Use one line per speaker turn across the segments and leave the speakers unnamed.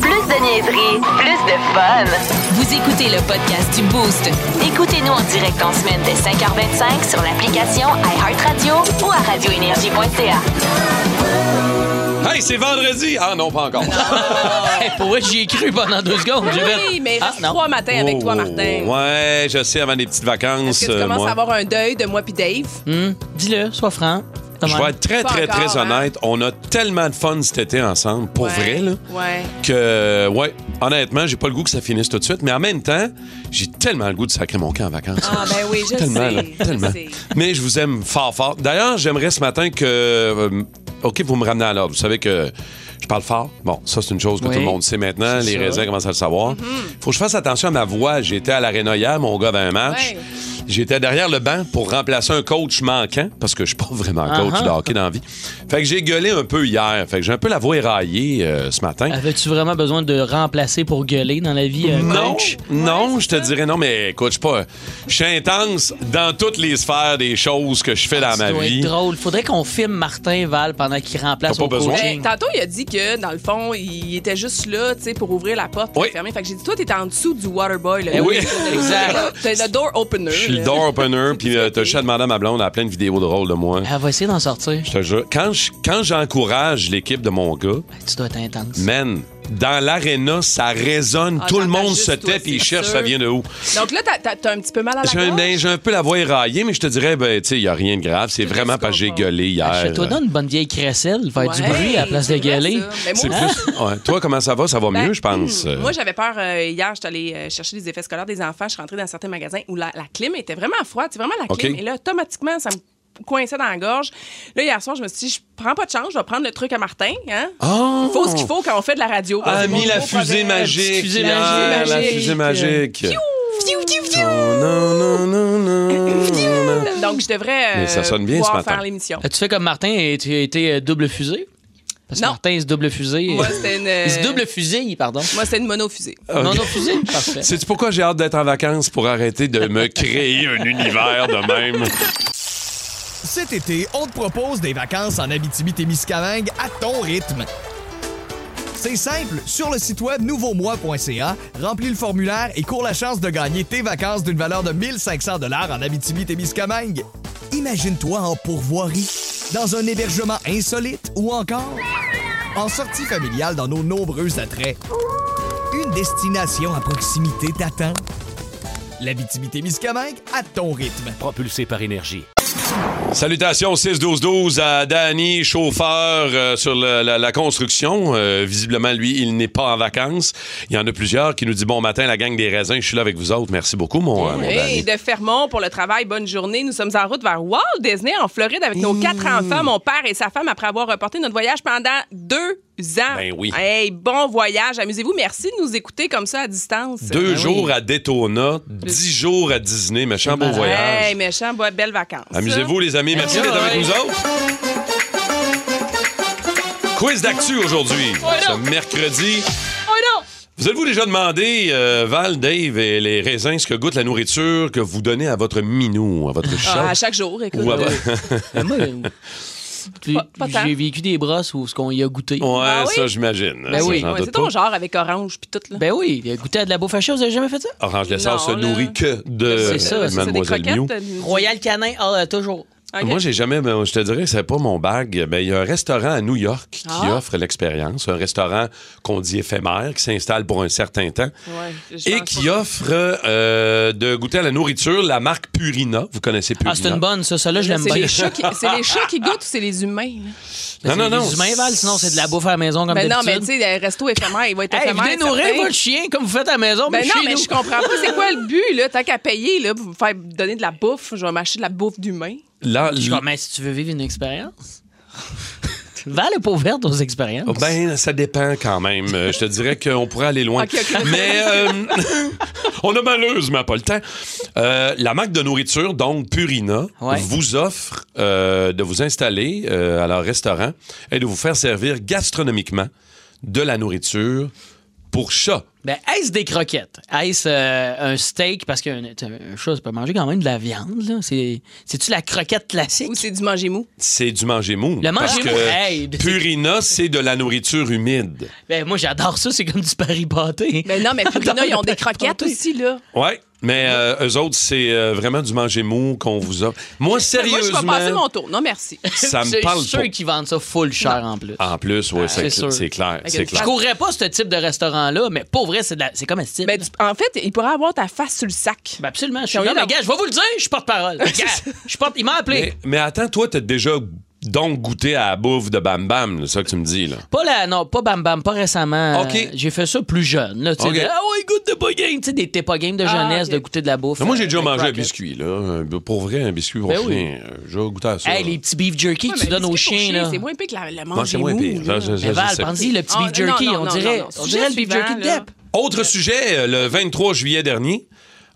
Plus de niaiserie, plus de fun.
Vous écoutez le podcast du Boost.
Écoutez-nous en direct en semaine dès 5h25 sur l'application iHeartRadio ou à radioénergie.ca.
Hey, c'est vendredi! Ah non, pas encore.
Hey, pour vrai, j'y ai cru pendant deux secondes. J'ai fait,
Oui, mais il reste
Ah, non.
trois matins avec toi,
Oh,
Martin.
Ouais, je sais, avant des petites vacances.
Est-ce que tu
euh,
commences
moi, Hmm.
à avoir un deuil de moi puis Dave?
Hum, dis-le, sois franc.
Je vais être très,
Pas
très,
encore,
très
hein?
honnête. On a tellement de fun cet été ensemble, pour
Ouais.
vrai, là,
Ouais.
que, ouais, honnêtement, j'ai pas le goût que ça finisse tout de suite, mais en même temps, j'ai tellement le goût de sacrer mon camp en vacances.
Ah, ben oui, je
tellement, là,
sais.
tellement.
Je sais.
Mais je vous aime fort, fort. D'ailleurs, j'aimerais ce matin que. euh, OK, vous me ramenez à l'ordre. Vous savez que je parle fort. Bon, ça, c'est une chose que
Oui.
tout le monde sait maintenant.
C'est
Les
ça.
raisins commencent à le savoir.
Mhm.
Faut que je fasse attention à ma voix. J'étais à l'aréna hier, mon gars avait un match.
Ouais.
J'étais derrière le banc pour remplacer un coach manquant, parce que je suis pas vraiment coach
Ah
Uh-huh.
de hockey dans la vie. Fait que j'ai gueulé un peu hier. Fait que j'ai un peu la voix éraillée euh, ce
Ah,
matin.
Avais-tu vraiment besoin de remplacer pour gueuler dans la vie, un
Non,
Euh, coach?
non, je te dirais non, mais écoute, je suis pas. Je suis intense dans toutes les sphères des choses que je fais dans
Ça
ma
doit
vie.
Ah, être drôle. Faudrait qu'on filme Martin Val pendant qu'il remplace
T'as
au
pas besoin.
Ben,
coaching.
tantôt, il a dit que, dans le fond, il était juste là, tu sais, pour ouvrir la porte, pour
Oui.
la fermer. Fait que j'ai dit, toi, t'es en dessous du waterboy, là.
Eh oui,
T'es-
exact.
T'es le door opener.
Je
hein.
suis le
là.
door opener, puis euh, t'as juste à demander à ma blonde, elle a plein de vidéos drôles de moi.
Elle Ah, va essayer d'en sortir.
Je te jure, quand je- quand j'encourage l'équipe de mon gars,
Ben, tu dois être intense.
man, dans l'aréna, ça résonne,
Ah,
tout le
t'entends
monde
juste
se
toi,
tait puis il
c'est
cherche
sûr.
ça vient de où.
Donc là, t'as- t'as t'as un petit peu mal à la
J'ai un-
gorge.
ben, j'ai un peu la voix éraillée, mais je te dirais, ben, tu sais, il n'y a rien de grave. C'est
Tout
vraiment
ce
parce que j'ai
qu'on
gueulé hier.
Achète-toi donne une bonne vieille crécelle. Faire du
Ouais,
bruit à la place de
c'est vrai,
gueuler.
ça. Mais moi,
C'est plus-
hein?
Ouais, Toi, comment ça va? Ça va
Ben,
mieux, je pense.
hmm, Moi, j'avais peur euh, hier. J'étais allée euh, chercher les effets scolaires des enfants. Je suis rentrée dans certains magasins où la, la clim était vraiment froide. C'est vraiment la
OK.
clim. Et là, automatiquement, ça me coinçait dans la gorge. Là, hier soir, je me suis dit, je prends pas de chance. Je vais prendre le truc à Martin. Hein?
Oh!
Faut ce qu'il faut quand on fait de la radio.
Ah,
C'est mon
mis la
nouveau
fusée
proverbe.
magique.
fusée
Ah,
magique.
La
Magique.
fusée magique.
Fiou, fiou, fiou.
Oh, non, non, non, non, non.
Donc, je devrais euh,
Mais ça sonne bien ce
pouvoir
matin.
faire l'émission.
As-tu fait comme Martin et tu as été euh, double fusée? Parce que
Non.
Martin, il se double fusée.
Moi, c'était une. euh,
Il se double fusée, pardon.
Moi, c'est une monofusée.
Non, non, fusée. Parfait.
Sais-tu pourquoi j'ai hâte d'être en vacances pour arrêter de me créer un univers de même?
Cet été, on te propose des vacances en Abitibi-Témiscamingue à ton rythme. C'est simple, sur le site web nouveaumois.ca, remplis le formulaire et cours la chance de gagner tes vacances d'une valeur de 1500 dollars en Abitibi-Témiscamingue. Imagine-toi en pourvoirie, dans un hébergement insolite ou encore en sortie familiale dans nos nombreux attraits. Une destination à proximité t'attend. L'Abitibi-Témiscamingue à ton rythme.
Propulsé par énergie.
Salutations 6-12-12 à Danny, chauffeur euh, sur le- la, la construction. Euh, visiblement, lui, il n'est pas en vacances. Il y en a plusieurs qui nous disent « Bon matin, la gang des raisins, je suis là avec vous autres. Merci beaucoup, mon, euh, mon
Hey,
Danny.
de Fermont pour le travail, bonne journée. Nous sommes en route vers Walt Disney en Floride avec nos quatre
Hmm.
enfants, mon père et sa femme, après avoir reporté notre voyage pendant deux ans.
Ben oui.
Hey, bon voyage. Amusez-vous. Merci de nous écouter comme ça à distance.
Deux
Ben
jours
oui.
à Daytona, dix jours à Disney. Méchant beau
malade.
voyage.
Hey, méchant, bo- belles vacances.
Amusez-vous, les amis. Merci
Ouais.
d'être avec nous autres. Quiz d'actu aujourd'hui, ce mercredi.
Oh
Vous êtes-vous déjà demandé, euh, Val, Dave et les raisins, ce que goûte la nourriture que vous donnez à votre minou, à votre
Ah,
chat?
à chaque jour, écoute.
ou à vo-
Mais moi, euh, tu-
Pas- pas tant.
j'ai vécu des brosses où ce qu'on y a goûté.
Ouais,
Ah oui?
ça, j'imagine.
Ben
Ça,
oui.
j'en
Ouais,
doute
c'est ton
pas.
genre avec orange puis tout là.
Ben oui, il a goûté à de la bouffe hachée, vous avez jamais fait ça?
Orange Lessard se
Non, là.
nourrit que de
C'est ça, c'est
des
Euh, Mademoiselle
croquettes.
Minou.
du-
Royal Canin, ah, euh, toujours.
Ok.
Moi, j'ai jamais, ben, je te dirais, c'est pas mon bag. Ben, il y a un restaurant à New York qui
Ah.
offre l'expérience, un restaurant qu'on dit éphémère, qui s'installe pour un certain temps
Ouais, je- je
et
pense
qui
pas.
offre euh, de goûter à la nourriture la marque Purina. Vous connaissez Purina
Ah, c'est une bonne, ça. Celle-là, je l'aime
C'est
bien.
les, chats qui, c'est les chats qui goûtent ou c'est les humains? là?
Non, non, non.
C'est des humains, Val, sinon c'est de la bouffe à la maison comme
Ben non, mais tu
d'habitude.
sais, le resto éphémère, il va être
Hey,
éphémère.
venez nourrir
certain.
votre chien comme vous faites à la maison,
Ben
mais
non,
chez
mais
nous.
je comprends pas. C'est quoi le but, là? T'as qu'à payer, là, pour me faire donner de la bouffe. Je vais m'acheter de la bouffe d'humain.
Là,
Je comprends, mais si tu veux vivre une expérience... Val est pas ouverte aux expériences.
Oh, Ben, ça dépend quand même. Euh, Je te dirais qu'on pourrait aller loin.
Ok, ok.
Mais euh, on a malheureusement pas le temps. Euh, la marque de nourriture, donc Purina,
Ouais.
vous offre euh, de vous installer euh, à leur restaurant et de vous faire servir gastronomiquement de la nourriture pour chat.
Ben, est-ce des croquettes? Est-ce euh, un steak? Parce qu'un un chat, ça peut manger quand même de la viande. là. C'est- C'est-tu la croquette classique?
Ou c'est du manger mou.
C'est du manger mou.
Le
parce
manger
que
mou, hey, c'est-
Purina, c'est de la nourriture humide.
Ben, moi, j'adore ça. C'est comme du pari pâté.
Ben non, mais Purina,
J'adore
ils ont
le
des
pari
croquettes
pâté.
aussi, là.
Ouais. Mais euh, eux autres, c'est euh, vraiment du manger mou qu'on vous offre. Moi,
Ben, Moi, je vais passer
sérieusement,
mon tour. Non, merci.
ça me
C'est
parle
ceux
pas. Ah,
qui vendent ça full cher en plus.
En plus, oui, c'est
Ben, c'est sûr.
c'est clair. C'est
Je
clair.
courrais pas ce type de restaurant-là, mais pour vrai, c'est de la- c'est comme un style.
Ben, tu- en fait, il pourrait avoir ta face sur le sac.
Ben absolument. Je suis
Ils ont
non,
eu
mais
la-
gars, je vais vous le dire, je suis porte-parole. Gars, je porte... Il m'a appelé.
Mais, mais attends, toi, t'as déjà donc goûté à la bouffe de Bam Bam, c'est ça que tu me dis, là.
Pas la, non, pas Bam Bam, pas récemment.
OK.
Euh, J'ai fait ça plus jeune. Là, tu sais,
OK.
de, ah ouais, goûte de pas game. Tu sais, des t'es pas game de
Ah,
jeunesse,
OK.
de goûter de la bouffe.
Non, moi, j'ai
euh,
déjà
de
mangé un
croquettes.
biscuit, là. Un- Pour vrai, un biscuit pour
Ben oui.
chien. Euh, J'ai goûté à ça.
Hey,
là.
les petits beef jerky
Ouais,
que
mais
tu donnes aux
biscuit pour
chiens,
chien,
là.
C'est moins pire que la- le
Non, c'est
manger
moins
mou,
pire. Je-
là.
je- je-
Mais
je
Ben, Val,
sais.
prends-y, le petit
Ah,
beef jerky,
non, non,
on,
non,
dirait,
non, non.
on
Sujet
dirait le beef
suivant,
jerky de
là.
Depp.
Autre sujet, euh, le 23 juillet dernier,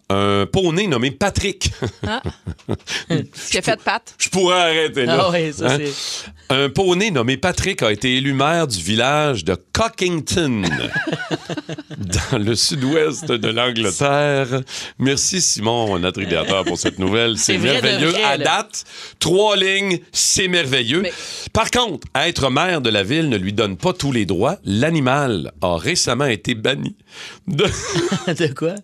un poney nommé Patrick.
Qui a fait de pâte.
Je pourrais arrêter là.
Ah ouais, ça,
Hein?
c'est-
Un poney nommé Patrick a été élu maire du village de Cockington, dans le sud-ouest de l'Angleterre. Merci Simon, notre rédacteur, pour cette nouvelle. C'est
C'est vrai de
merveilleux.
vrai,
à
là.
date, trois lignes, c'est merveilleux.
Mais-
Par contre, être maire de la ville ne lui donne pas tous les droits. L'animal a récemment été banni de,
De quoi?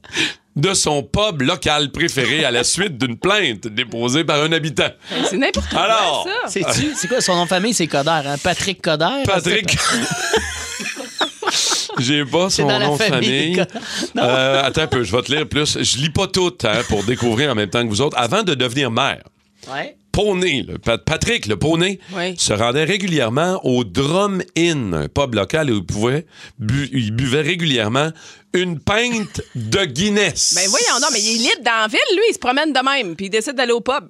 de son pub local préféré à la suite d'une plainte déposée par un habitant.
C'est n'importe quoi,
Alors,
ça.
C'est-tu? C'est quoi? Son nom de famille, c'est Coder, hein? Patrick Coder.
Ah. Patrick. J'ai pas son
dans la
nom de
famille.
famille. Euh, attends un peu, je vais te lire plus. Je lis pas tout hein, pour découvrir en même temps que vous autres. Avant de devenir maire,
Ouais.
Poney, le Pa- Patrick, le poney,
Oui.
se rendait régulièrement au Drum Inn, un pub local où il, pouvait bu- il buvait régulièrement une pinte de Guinness.
Ben voyons, non, mais il est libre dans la ville, lui. Il se promène de même, puis il décide d'aller au pub.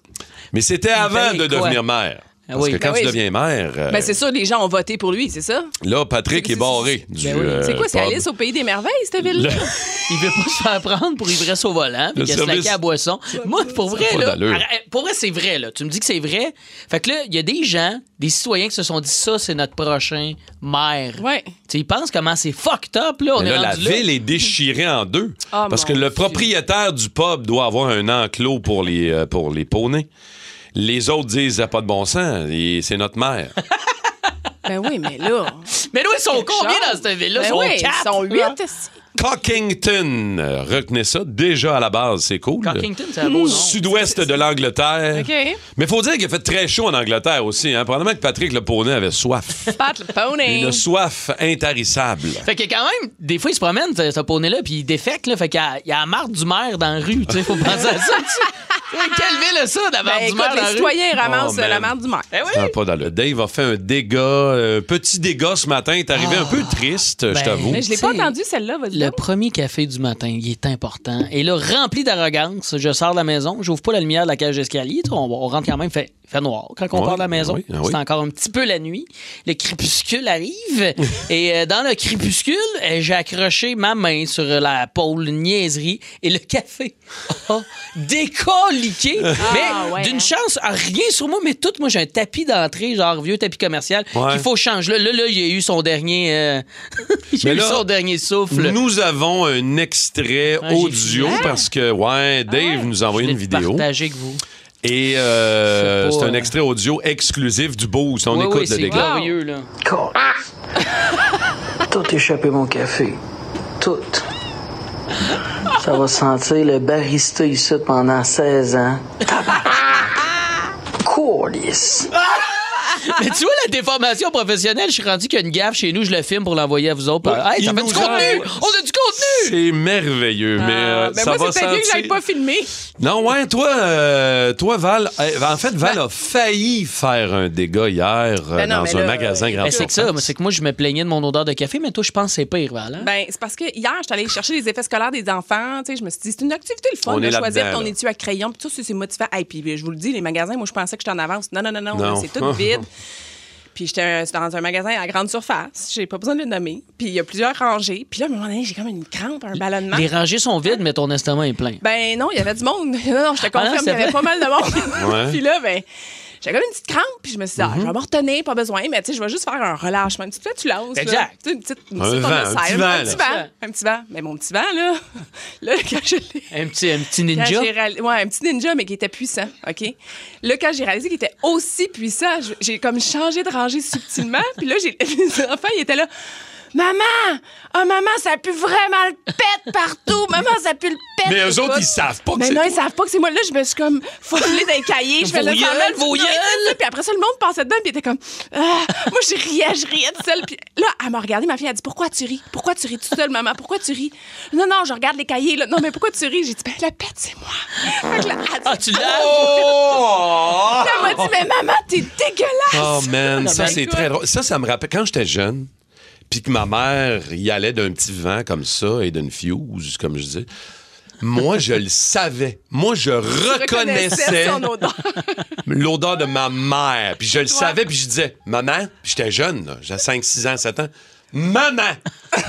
Mais c'était avant
Ben,
de
quoi?
devenir maire.
Ah
Parce
oui.
que quand
Ben
tu
oui.
deviens maire, euh,
Ben c'est sûr, les gens ont voté pour lui, c'est ça?
là, Patrick
C'est-
est,
c'est-
barré
c'est-
du
Ben oui.
euh,
C'est quoi, c'est
pub.
Alice au pays des merveilles, cette ville-là?
Le-
Il veut pas se faire prendre pour ivresse au volant,
Le
puis qu'il a
service-
slacké à boisson. Moi, pour vrai,
pas
là,
d'allure.
arrête- pour vrai, c'est vrai, là. Tu me dis que c'est vrai. Fait que là, il y a des gens, des citoyens qui se sont dit ça, c'est notre prochain maire.
Ouais.
Tu sais, ils pensent comment c'est fucked up, là. On
Mais
est
là, la
rendu là.
ville est déchirée en deux.
Ah,
parce
mon
que le
Dieu.
propriétaire du pub doit avoir un enclos pour les, euh, pour les poneys. Les autres disent, ça n'a pas de bon sens, et c'est notre mère.
Ben oui, mais là.
Mais là, ils sont combien
Charles?
dans cette ville-là?
Ben
ils sont
oui,
quatre. Ah.
Ils sont
là.
huit. ici.
Cockington, euh, retenez ça, déjà à la base, c'est cool. Mm.
Cockington, c'est un beau nom.
Sud-ouest de l'Angleterre.
OK.
Mais faut dire qu'il a fait très chaud en Angleterre aussi. Hein. Probablement que Patrick le poney avait soif.
Pat le poney.
Une soif intarissable.
Fait que quand même, des fois, il se promène, ce, ce poney-là, puis il défecte, là. Fait qu'il y a, il y a la marre du maire dans la rue, tu sais. Faut penser à ça, tu sais. Quelle ville a ça, la marre
Ben,
du maire
écoute,
dans la
les
rue?
citoyens ramassent euh,
Oh, man.
la merde du maire.
Eh oui!
Ça a pas d'allure. Dave a fait un dégât, euh, petit dégât ce matin. Il est arrivé un peu triste, je
Ah. Ben,
t'avoue.
Mais je l'ai pas
T'sais,
entendu, celle-là, vas-y.
Le
donc.
premier café du matin, il est important. Et là, rempli d'arrogance, je sors de la maison, j'ouvre pas la lumière de la cage d'escalier. tu sais, On, on rentre quand même, fait, fait noir. Quand on
Ouais, ben
part de la maison,
oui, oui.
c'est encore un petit peu la nuit. Le crépuscule arrive. et euh, dans le crépuscule, euh, j'ai accroché ma main sur la pôle niaiserie et le café a décolliqué.
Ah,
mais
ouais,
d'une
hein.
chance, ah, rien sur moi, mais tout. Moi, j'ai un tapis d'entrée, genre vieux tapis commercial,
Ouais.
qu'il faut changer. Là, là, là, il a eu son dernier, euh, il a
Mais
eu
là,
son dernier souffle.
Nous avons un extrait
Ah, j'ai
audio
vu.
parce que, ouais, Dave nous a envoyé
Je
une
l'ai
vidéo.
partagé avec vous.
Et euh,
Je sais pas,
c'est un
euh.
extrait audio exclusif du Boost. On
Oui,
écoute
oui,
le
c'est
dégât.
glorieux, là.
Ah.
Tout échappé mon café. Tout. Ça va sentir le barista ici pendant 16 ans.
Ah.
Courlis.
Mais tu vois, la déformation professionnelle, je suis rendu qu'il y a une gaffe chez nous, je le filme pour l'envoyer à vous autres.
Ouais,
Hey, ça
il
fait
nous
du contenu!
aide.
On a du contenu!
C'est merveilleux, mais euh,
Ah, ben
ça
moi,
va
c'était mieux que j'avais
sentir.
pas filmé.
Non, ouais, toi, euh, toi, Val, euh, en fait, Val a failli faire un dégât hier euh,
Ben non,
dans
mais
un
là,
magasin
euh,
grand
Ben, c'est que ça, moi, c'est que moi, je me plaignais de mon odeur de café, mais toi, je pense que c'est pire, Val. hein?
Ben, c'est parce que hier, je suis allée chercher les effets scolaires des enfants. Tu sais, je me suis dit, c'est une activité le fun
On
de
est
choisir
là-dedans,
ton
là.
étui à crayon. Puis tout ça, c'est motivant. Et puis, je vous le dis, les magasins, moi, je pensais que j'étais en avance. Non, non, non, non,
Non.
c'est tout vide. Puis j'étais un- c'était dans un magasin à grande surface. J'ai pas besoin de le nommer. Puis il y a plusieurs rangées. Puis là, à un moment donné, j'ai comme une crampe, un ballonnement.
Les rangées sont vides, mais ton estomac est plein.
Ben non, il y avait du monde. Non, non, je te
Ah non,
confirme,
c'est
il y avait
vrai.
pas mal de monde.
Ouais. Mhm.
puis là, ben, j'avais comme une petite crampe, puis je me suis dit, ah, je vais me retenir, pas besoin, mais tu sais, je vais juste faire un relâchement. Une petite flatulence. là.
Exact.
Tu sais, Une petite, une
Un
petite
vent, un petit
homicide,
vent,
un
là.
petit vent. Un petit vent. Mais mon petit vent, là, là, quand je l'ai.
Un petit, un petit
Quand
ninja.
j'ai réal- ouais, un petit ninja, mais qui était puissant, OK? Là, quand j'ai réalisé qu'il était aussi puissant, je- j'ai comme changé de rangée subtilement. puis là, j'ai... les enfants, ils étaient là. Maman! Ah, maman, ça pue vraiment le pet partout! Maman, ça pue le pet!
Mais
Écoute.
eux autres, ils savent pas que
Mais
c'est
non, ils savent pas que c'est moi. Là, je me suis comme foulée d'un cahier. Je faisais
Vos
semblant
gueules,
de-
vos
Non, c'est ça. Puis après ça, le monde passait dedans, puis était comme. Ah, moi, je riais, je riais toute seule. Puis là, elle m'a regardé, ma fille, elle dit Pourquoi tu ris Pourquoi tu ris toute seule, maman Pourquoi tu ris Non, non, je regarde les cahiers. Là. Non, mais pourquoi tu ris J'ai dit Ben, la pète, c'est moi. Fait que là, elle dit-
Ah, tu l'as?
Oh!
elle m'a dit Mais maman, t'es dégueulasse.
Oh man, ça
ben,
c'est
écoute.
très drôle. Ça, ça me rappelle quand j'étais jeune, puis que ma mère y allait d'un petit vent comme ça et d'une fuse, comme je dis. Moi, je le savais. Moi, je Oh, reconnaissais
son odeur.
l'odeur de ma mère. Puis je le savais, puis je disais, maman, Puis j'étais jeune, là, j'avais 5, 6 ans, 7 ans. Maman!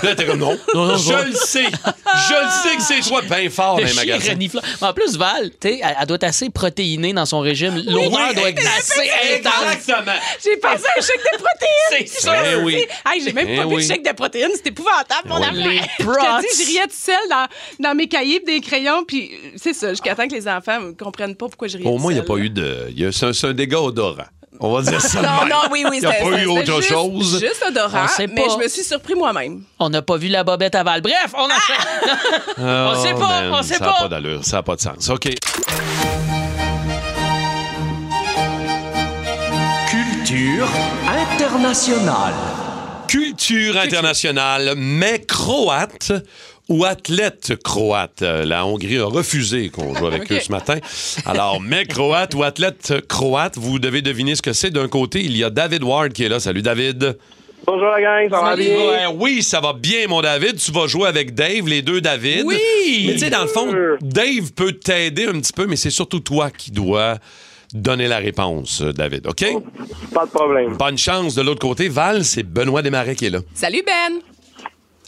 Là, t'es comme non.
non, non.
je le sais. Je le sais que c'est toi, bien fort dans
Le
les
chien
magasins.
reniflant. Mais en plus, Val, tu sais, elle, elle doit être assez protéinée dans son régime. L'odeur
Oui,
doit être assez intense.
Exactement.
J'ai passé un chèque de protéines.
C'est
ça.
Je me
Eh
suis dit, Hey, j'ai même
Eh
pas vu
oui.
le chèque de protéines. C'est épouvantable, mon
Eh oui.
affaire.
Les
Je
prots.
te dis, je riais toute seule dans, dans mes cahiers pis des crayons. Puis euh, c'est ça, jusqu'à temps que les enfants ne comprennent pas pourquoi je riais
Au
toute
moins, il n'y a
seule.
pas eu de. il y a- C'est un, c'est un dégât odorant. On va dire ça. de
Non,
même.
non, oui, oui.
Il n'y a
c'était-
pas eu
c'était
autre
juste-
chose.
Juste odorant,
On sait
mais
pas.
je me suis surpris moi-même.
On n'a pas vu la bobette à Val. Bref, on enchaîne.
Ah,
sait pas, on sait
ça n'a
pas.
pas d'allure, ça n'a pas de sens. OK.
Culture internationale.
Culture internationale, mais croate ou athlète croate. Euh, La Hongrie a refusé qu'on joue avec
Ok.
eux ce matin. Alors, mais croate ou athlète croate, vous devez deviner ce que c'est. D'un côté, il y a David Ward qui est là. Salut, David.
Bonjour la gang, ça va bien?
Ouais, oui, ça va bien, mon David. Tu vas jouer avec Dave, les deux David.
Oui!
Mais tu sais, dans le fond, Dave peut t'aider un petit peu, mais c'est surtout toi qui dois donner la réponse, euh, David. OK?
Pas de problème.
Bonne chance de l'autre côté. Val, c'est Benoît Desmarais qui est là.
Salut, Ben.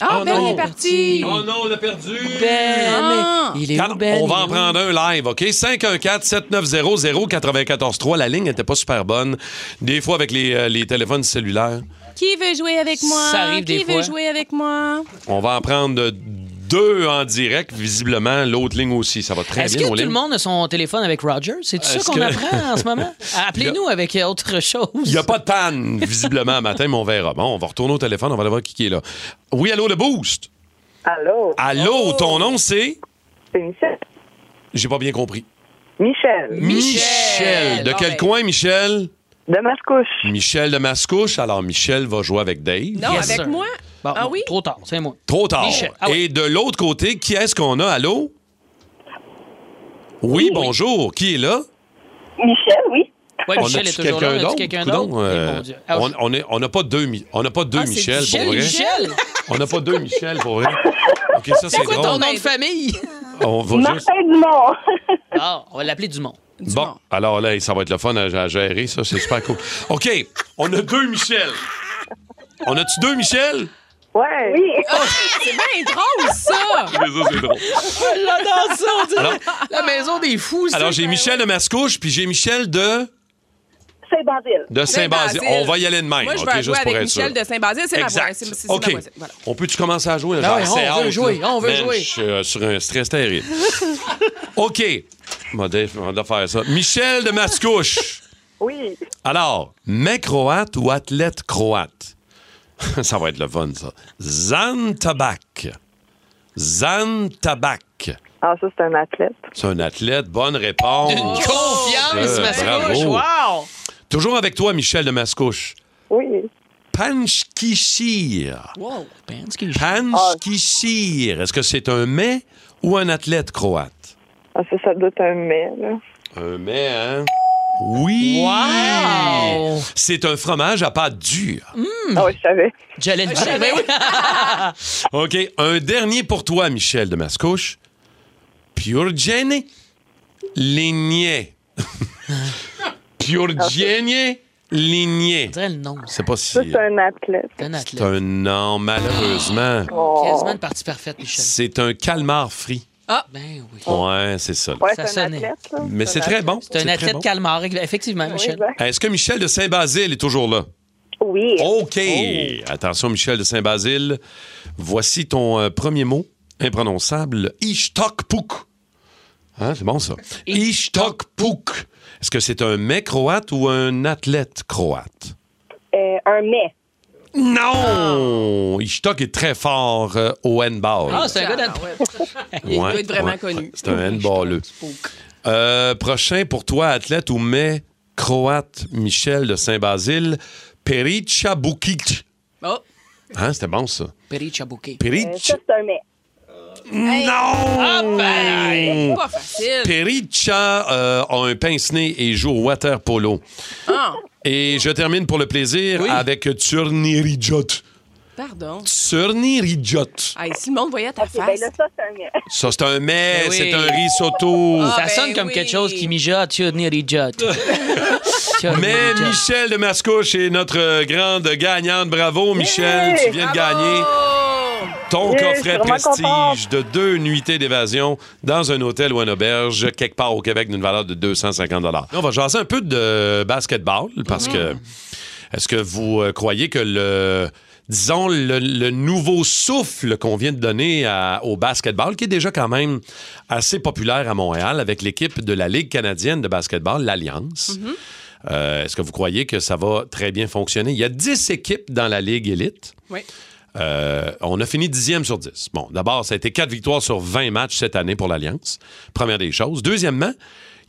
Ah,
Oh
Ben
non.
est parti.
Oh non, on a perdu!
Ben,
Ah.
il est où, Ben?
on va
Il est
en
où?
prendre un live, OK? 514-7900-943. La ligne n'était pas super bonne. Des fois, avec les, euh, les téléphones cellulaires,
Qui veut jouer avec moi?
Ça arrive
Qui
des
veut
fois.
jouer avec moi?
on va en prendre deux en direct. Visiblement, l'autre ligne aussi. Ça va très
Est-ce que
bien,
tout
nos
le
lignes.
monde a son téléphone avec Roger? C'est ça
Est-ce
qu'on
que-
apprend en ce moment? Appelez-nous avec autre chose.
Il n'y a pas de panne, visiblement, matin, mais on verra. Bon, on va retourner au téléphone, on va aller voir qui qui est là. Oui, allô, le boost.
Allô,
Allô,
Oh!
ton nom, c'est.
c'est Michel.
J'ai pas bien compris.
Michel,
Michel. De
Ah
Bon,
quel
ben.
coin, Michel?
de Mascouche.
Michel de Mascouche. Alors, Michel va jouer avec Dave.
Non,
Yes,
avec
sir.
moi?
Bon,
ah
non,
oui?
Trop tard, c'est moi.
Trop tard.
Michel. Ah ouais.
Et de l'autre côté, qui est-ce qu'on a? Allô? Oui, bonjour. Qui est là?
Michel, oui.
Ouais,
on
Michel est
a-tu
toujours là.
quelqu'un
On
d'autre?
a-tu quelqu'un
Coudon,
d'autre?
euh,
Eh, mon Dieu. Ah,
on- on est- on n'a pas deux, Mi- on n'a pas deux Michel,
Michel,
pour vrai.
Michel!
On n'a pas deux Michel, pour vrai. OK, ça, c'est
C'est quoi ton
drôle.
nom de famille?
On va juste-
Martin Dumont.
Ah, on va l'appeler Dumont.
Bon, alors là, ça va être le fun à, à gérer, ça, c'est super cool. OK, on a deux Michel. On a-tu deux Michel?
ouais. Oui.
C'est bien drôle, ça!
J'adore ça, on dirait
Alors-
la maison des fous.
Alors,
c'est-
j'ai Michel de Mascouche, puis j'ai Michel de,
C'est Bandil.
de Saint-Basile.
Saint-Basile.
On va y aller de même,
Moi, je
OK,
vais
juste
jouer
pour
avec
être
Michel
sûr.
de Saint-Basile. C'est ma voix.
Exact.
c'est- c'est- c'est ma
OK.
voix, c'est- voilà.
On peut-tu commencer à jouer?
Ben
Genre,
ouais, on
c'est
veut
hâte,
jouer,
là.
on veut
Man,
jouer.
Je suis euh, sur un stress terrible. OK. Modeste, On va faire ça. Michel de Mascouche.
Oui.
Alors, mec croate ou athlète croate? ça va être le fun, ça. Zan Tabak. Zan Tabak.
Ah, ça, c'est un athlète.
C'est un athlète. Bonne réponse.
Une confiance,
Euh,
Mascouche.
bravo.
Wow!
Toujours avec toi, Michel de Mascouche.
Oui.
Panchkishir.
Wow! Penske.
Panchkishir. Est-ce que c'est un mets ou un athlète croate?
Ah, ça, ça doit être un mais, là.
Un mets, hein? Oui! Ah!
Wow!
C'est un fromage à pâte dure.
Hmm.
Ah, oui, je savais.
J'allais le dire. Ben oui.
OK, un dernier pour toi, Michel de Mascouche. Piorgene Lignée. Piorgene Ligné.
On dirait le nom.
C'est pas si.
Ça, c'est un athlète.
C'est un
C'est
athlète.
un nom, malheureusement.
Oh.
Quasiment une partie parfaite, Michel.
C'est un calmar frit.
Ben oui.
Ouais, c'est ça.
Ouais,
Ça
c'est un
sonnait.
athlète. là.
Mais c'est très bon.
C'est un
très
athlète
bon.
calmar, effectivement,
Oui,
Michel.
exact.
Est-ce que Michel de Saint-Basile est toujours là?
Oui.
Oh.
OK.
Oh.
Attention, Michel de Saint-Basile. Voici ton euh, premier mot imprononçable. Ishtokpuk. Hein, c'est bon, ça. Ishtokpuk. Est-ce que c'est un mec croate ou un athlète croate?
Euh, un mais.
Non! Ishtok est très fort euh, au handball.
Ah, c'est un gars
Ah,
d'athlète.
ouais.
Ouais,
Il doit être vraiment
ouais, ouais.
connu.
C'est un handballeux. Euh, prochain pour toi, athlète ou mais croate, Michel de Saint-Basile, Perica Bukic.
Oh,
Hein, c'était bon, ça.
Peri Chabouké.
Euh,
Perica.
ça, c'est un mais.
Non!
pas facile.
Perica euh, a un pince-nez et joue au water polo.
Ah,
Et je termine pour le plaisir
Oui.
avec Turnirijot.
pardon.
Turnirijot.
Hey, si le monde voyait ta
OK, ben
face.
là, ça, c'est un mais.
Ça, c'est un mais,
Ben oui.
c'est un risotto.
Ah,
Ça
ben
sonne comme
oui.
quelque chose qui mijote. Tu as ni rijote.
Mais Michel de Mascouche est notre euh, grande gagnante. Bravo, Michel.
Yeah!
tu viens de gagner
Oh!
ton
Yeah, je suis
coffret
vraiment
prestige
contente.
de deux nuitées d'évasion dans un hôtel ou une auberge quelque part au Québec d'une valeur de 250 On va jaser un peu de basketball parce que
Mm.
est-ce que vous euh, croyez que le... Disons, le, le nouveau souffle qu'on vient de donner à- au basketball, qui est déjà quand même assez populaire à Montréal avec l'équipe de la Ligue canadienne de basketball, l'Alliance.
Mm-hmm.
Euh, Est-ce que vous croyez que ça va très bien fonctionner? Il y a 10 équipes dans la Ligue élite.
Oui.
Euh, on a fini dixième sur 10. Bon, d'abord, ça a été 4 victoires sur 20 matchs cette année pour l'Alliance. Première des choses. Deuxièmement,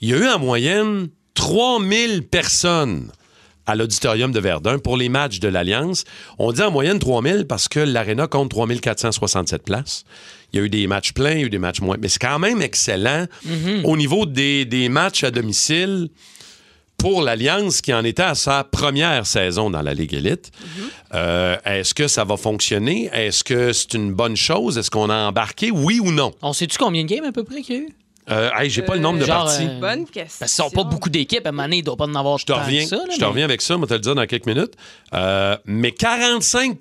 il y a eu en moyenne 3000 personnes à l'auditorium de Verdun pour les matchs de l'Alliance. On dit en moyenne 3000 parce que l'Arena compte 3467 places. Il y a eu des matchs pleins, il y a eu des matchs moins. Mais c'est quand même excellent au niveau des, des matchs à domicile pour l'Alliance qui en était à sa première saison dans la Ligue élite. Euh, Est-ce que ça va fonctionner? Est-ce que c'est une bonne chose? Est-ce qu'on a embarqué? Oui ou non?
On sait-tu combien de games à peu près qu'il y a eu?
Euh, hey, J'ai pas le nombre de
Genre,
parties.
euh,
Ben, Bonne
Parce
question.
qu'ils sont pas beaucoup d'équipes. À un moment donné, il doit pas en avoir
Je te reviens, je te reviens avec ça, on va te le dire dans quelques minutes. Euh, mais 45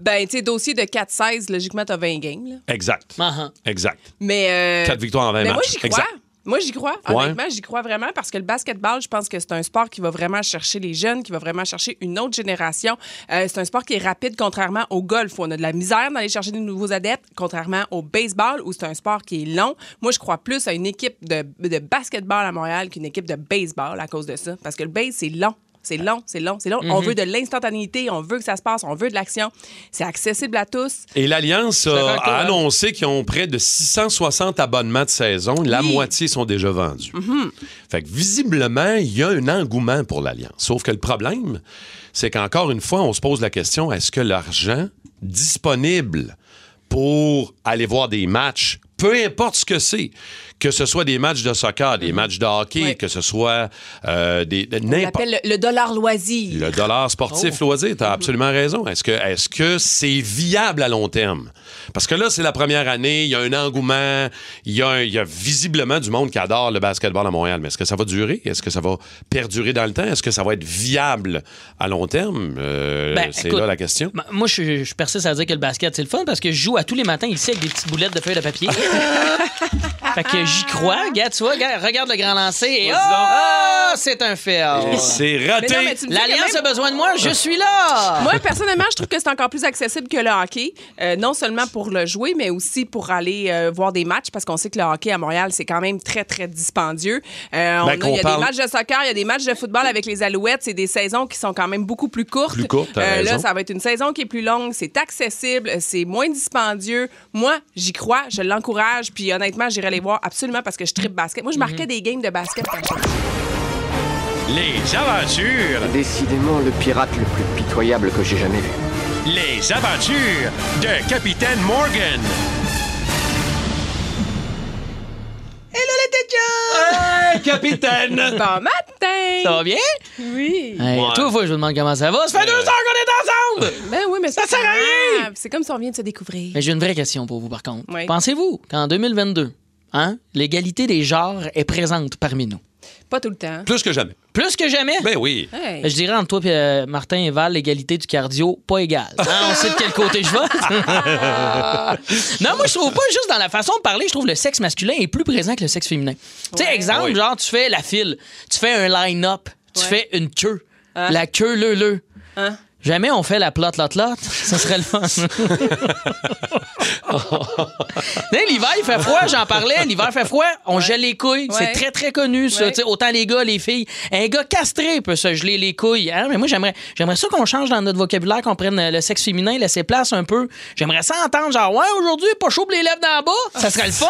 Ben, tu sais, dossier de 4-16, logiquement, t'as 20 games. là.
Exact.
Ah,
Exact.
Mais. euh,
4 victoires en 20
mais moi,
matchs.
j'y crois.
Exact.
Moi, j'y crois.
Ouais.
Honnêtement, j'y crois vraiment parce que le basketball, je pense que c'est un sport qui va vraiment chercher les jeunes, qui va vraiment chercher une autre génération. Euh, c'est un sport qui est rapide, contrairement au golf où on a de la misère d'aller chercher des nouveaux adeptes, contrairement au baseball où c'est un sport qui est long. Moi, je crois plus à une équipe de, de basketball à Montréal qu'une équipe de baseball à cause de ça. Parce que le base, c'est long. C'est long, c'est long, c'est long. On veut de l'instantanéité, on veut que ça se passe, on veut de l'action. C'est accessible à tous.
Et l'Alliance
Je suis
a,
d'accord avec toi,
a
hein.
annoncé qu'ils ont près de 660 abonnements de saison. La
Oui. Mhm.
moitié sont déjà vendus. Fait que visiblement, il y a un engouement pour l'Alliance. Sauf que le problème, c'est qu'encore une fois, on se pose la question est-ce que l'argent disponible pour aller voir des matchs, peu importe ce que c'est, que ce soit des matchs de soccer, des matchs de hockey,
Mhm. Ouais.
que ce soit euh, des de-
On
n'importe
l'appelle le, le dollar loisir.
le dollar sportif
Oh.
loisir, tu as absolument raison. Est-ce que est-ce que c'est viable à long terme? Parce que là, c'est la première année, il y a un engouement, il y, a un- il y a visiblement du monde qui adore le basketball à Montréal. Mais est-ce que ça va durer? Est-ce que ça va perdurer dans le temps? Est-ce que ça va être viable à long terme? Euh,
Ben,
c'est
écoute,
là la question.
Ma- Moi, je, je persiste à dire que le basket, c'est le fun parce que je joue à tous les matins ici avec des petites boulettes de feuilles de papier. fait que j'y crois. Regarde, tu vois, regarde, regarde le grand lancer et oh, c'est un fail.
C'est
Mais
raté!
non, mais tu me dis que
L'Alliance
même-
a besoin de moi, je suis
Ah.
là.
Moi, personnellement, je trouve que c'est encore plus accessible que le hockey, euh, non seulement pour le jouer, mais aussi pour aller euh, voir des matchs, parce qu'on sait que le hockey à Montréal, c'est quand même très, très dispendieux. Euh, on a-
Ben, qu'on
il y a
parle-
des matchs de soccer, il y a des matchs de football avec les Alouettes, c'est des saisons qui sont quand même beaucoup plus courtes. Euh,
Plus courtes, t'as raison.
là, ça va être une saison qui est plus longue, c'est accessible, c'est moins dispendieux. Moi, j'y crois, je l'encourage, puis honnêtement, j'irai les voir absolument parce que je tripe basket.
Mhm.
Moi, je marquais des games de basket quand j'étais
Les aventures,
Décidément le pirate le plus pitoyable que j'ai jamais vu.
les aventures de Capitaine Morgan.
capitaine!
Bon matin!
Ça va bien?
Oui!
Hey,
Ouais.
Toi, fois, je vous demande comment ça va. Ça fait deux heures qu'on est ensemble!
Ben oui, mais ça
sert à rien!
C'est comme si on vient de se découvrir.
Mais j'ai une vraie question pour vous, par contre.
Oui.
Pensez-vous qu'en 2022, hein, l'égalité des genres est présente parmi nous?
Pas tout le temps.
Plus que jamais.
Plus que jamais.
Ben oui.
Je dirais entre toi et euh, Martin et Val, l'égalité du cardio, pas égale. Hein, on sait de quel côté je vais. non, moi, je trouve pas juste dans la façon de parler, je trouve le sexe masculin est plus présent que le sexe féminin. Tu sais, exemple,
Oui.
genre, tu fais la file, tu fais un line-up, tu fais une queue,
Hein?
la queue leu-leu. Jamais on fait la plot lot lot, ça serait le fun. Mais l'hiver il fait froid, j'en parlais, l'hiver fait froid, on gèle les couilles, c'est
Ouais.
très très connu ça,
Ouais.
tu sais, autant les gars, les filles. Un gars castré peut se geler les couilles. hein, mais moi j'aimerais j'aimerais ça qu'on change dans notre vocabulaire, qu'on prenne le sexe féminin, laisser place un peu. J'aimerais ça entendre genre ouais, aujourd'hui pas chaud pour les lèvres d'en bas, ça serait le fun.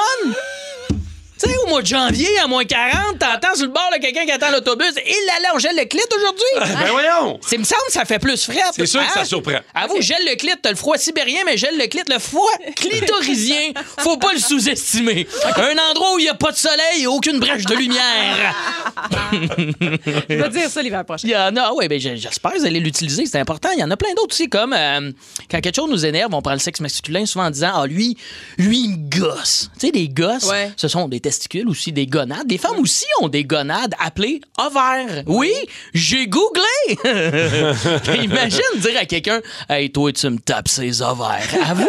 Tu sais, au mois de janvier, à moins 40, t'entends sur le bord là, quelqu'un qui attend l'autobus. Il là, on gèle le clit aujourd'hui.
Ben voyons.
C'est me semble que ça fait plus frais. hein?
C'est sûr que ça surprend.
Avoue, gèle le clit, t'as le froid sibérien, mais gèle le clit, le froid clitorisien, faut pas le sous-estimer. Un endroit où il n'y a pas de soleil et aucune brèche de lumière.
Je vais dire ça l'hiver prochain.
Il y en a, oui, ben, j'espère que vous allez l'utiliser, c'est important. Il y en a plein d'autres aussi, comme euh, quand quelque chose nous énerve, on prend le sexe masculin souvent en disant Ah, lui, lui, il me gosse. Tu sais, des gosses,
Ouais.
ce sont des testicules aussi, des gonades. Des femmes aussi ont des gonades appelées ovaires. Oui, j'ai googlé. Imagine dire à quelqu'un Hey, toi, tu me tapes ses ovaires. Avoue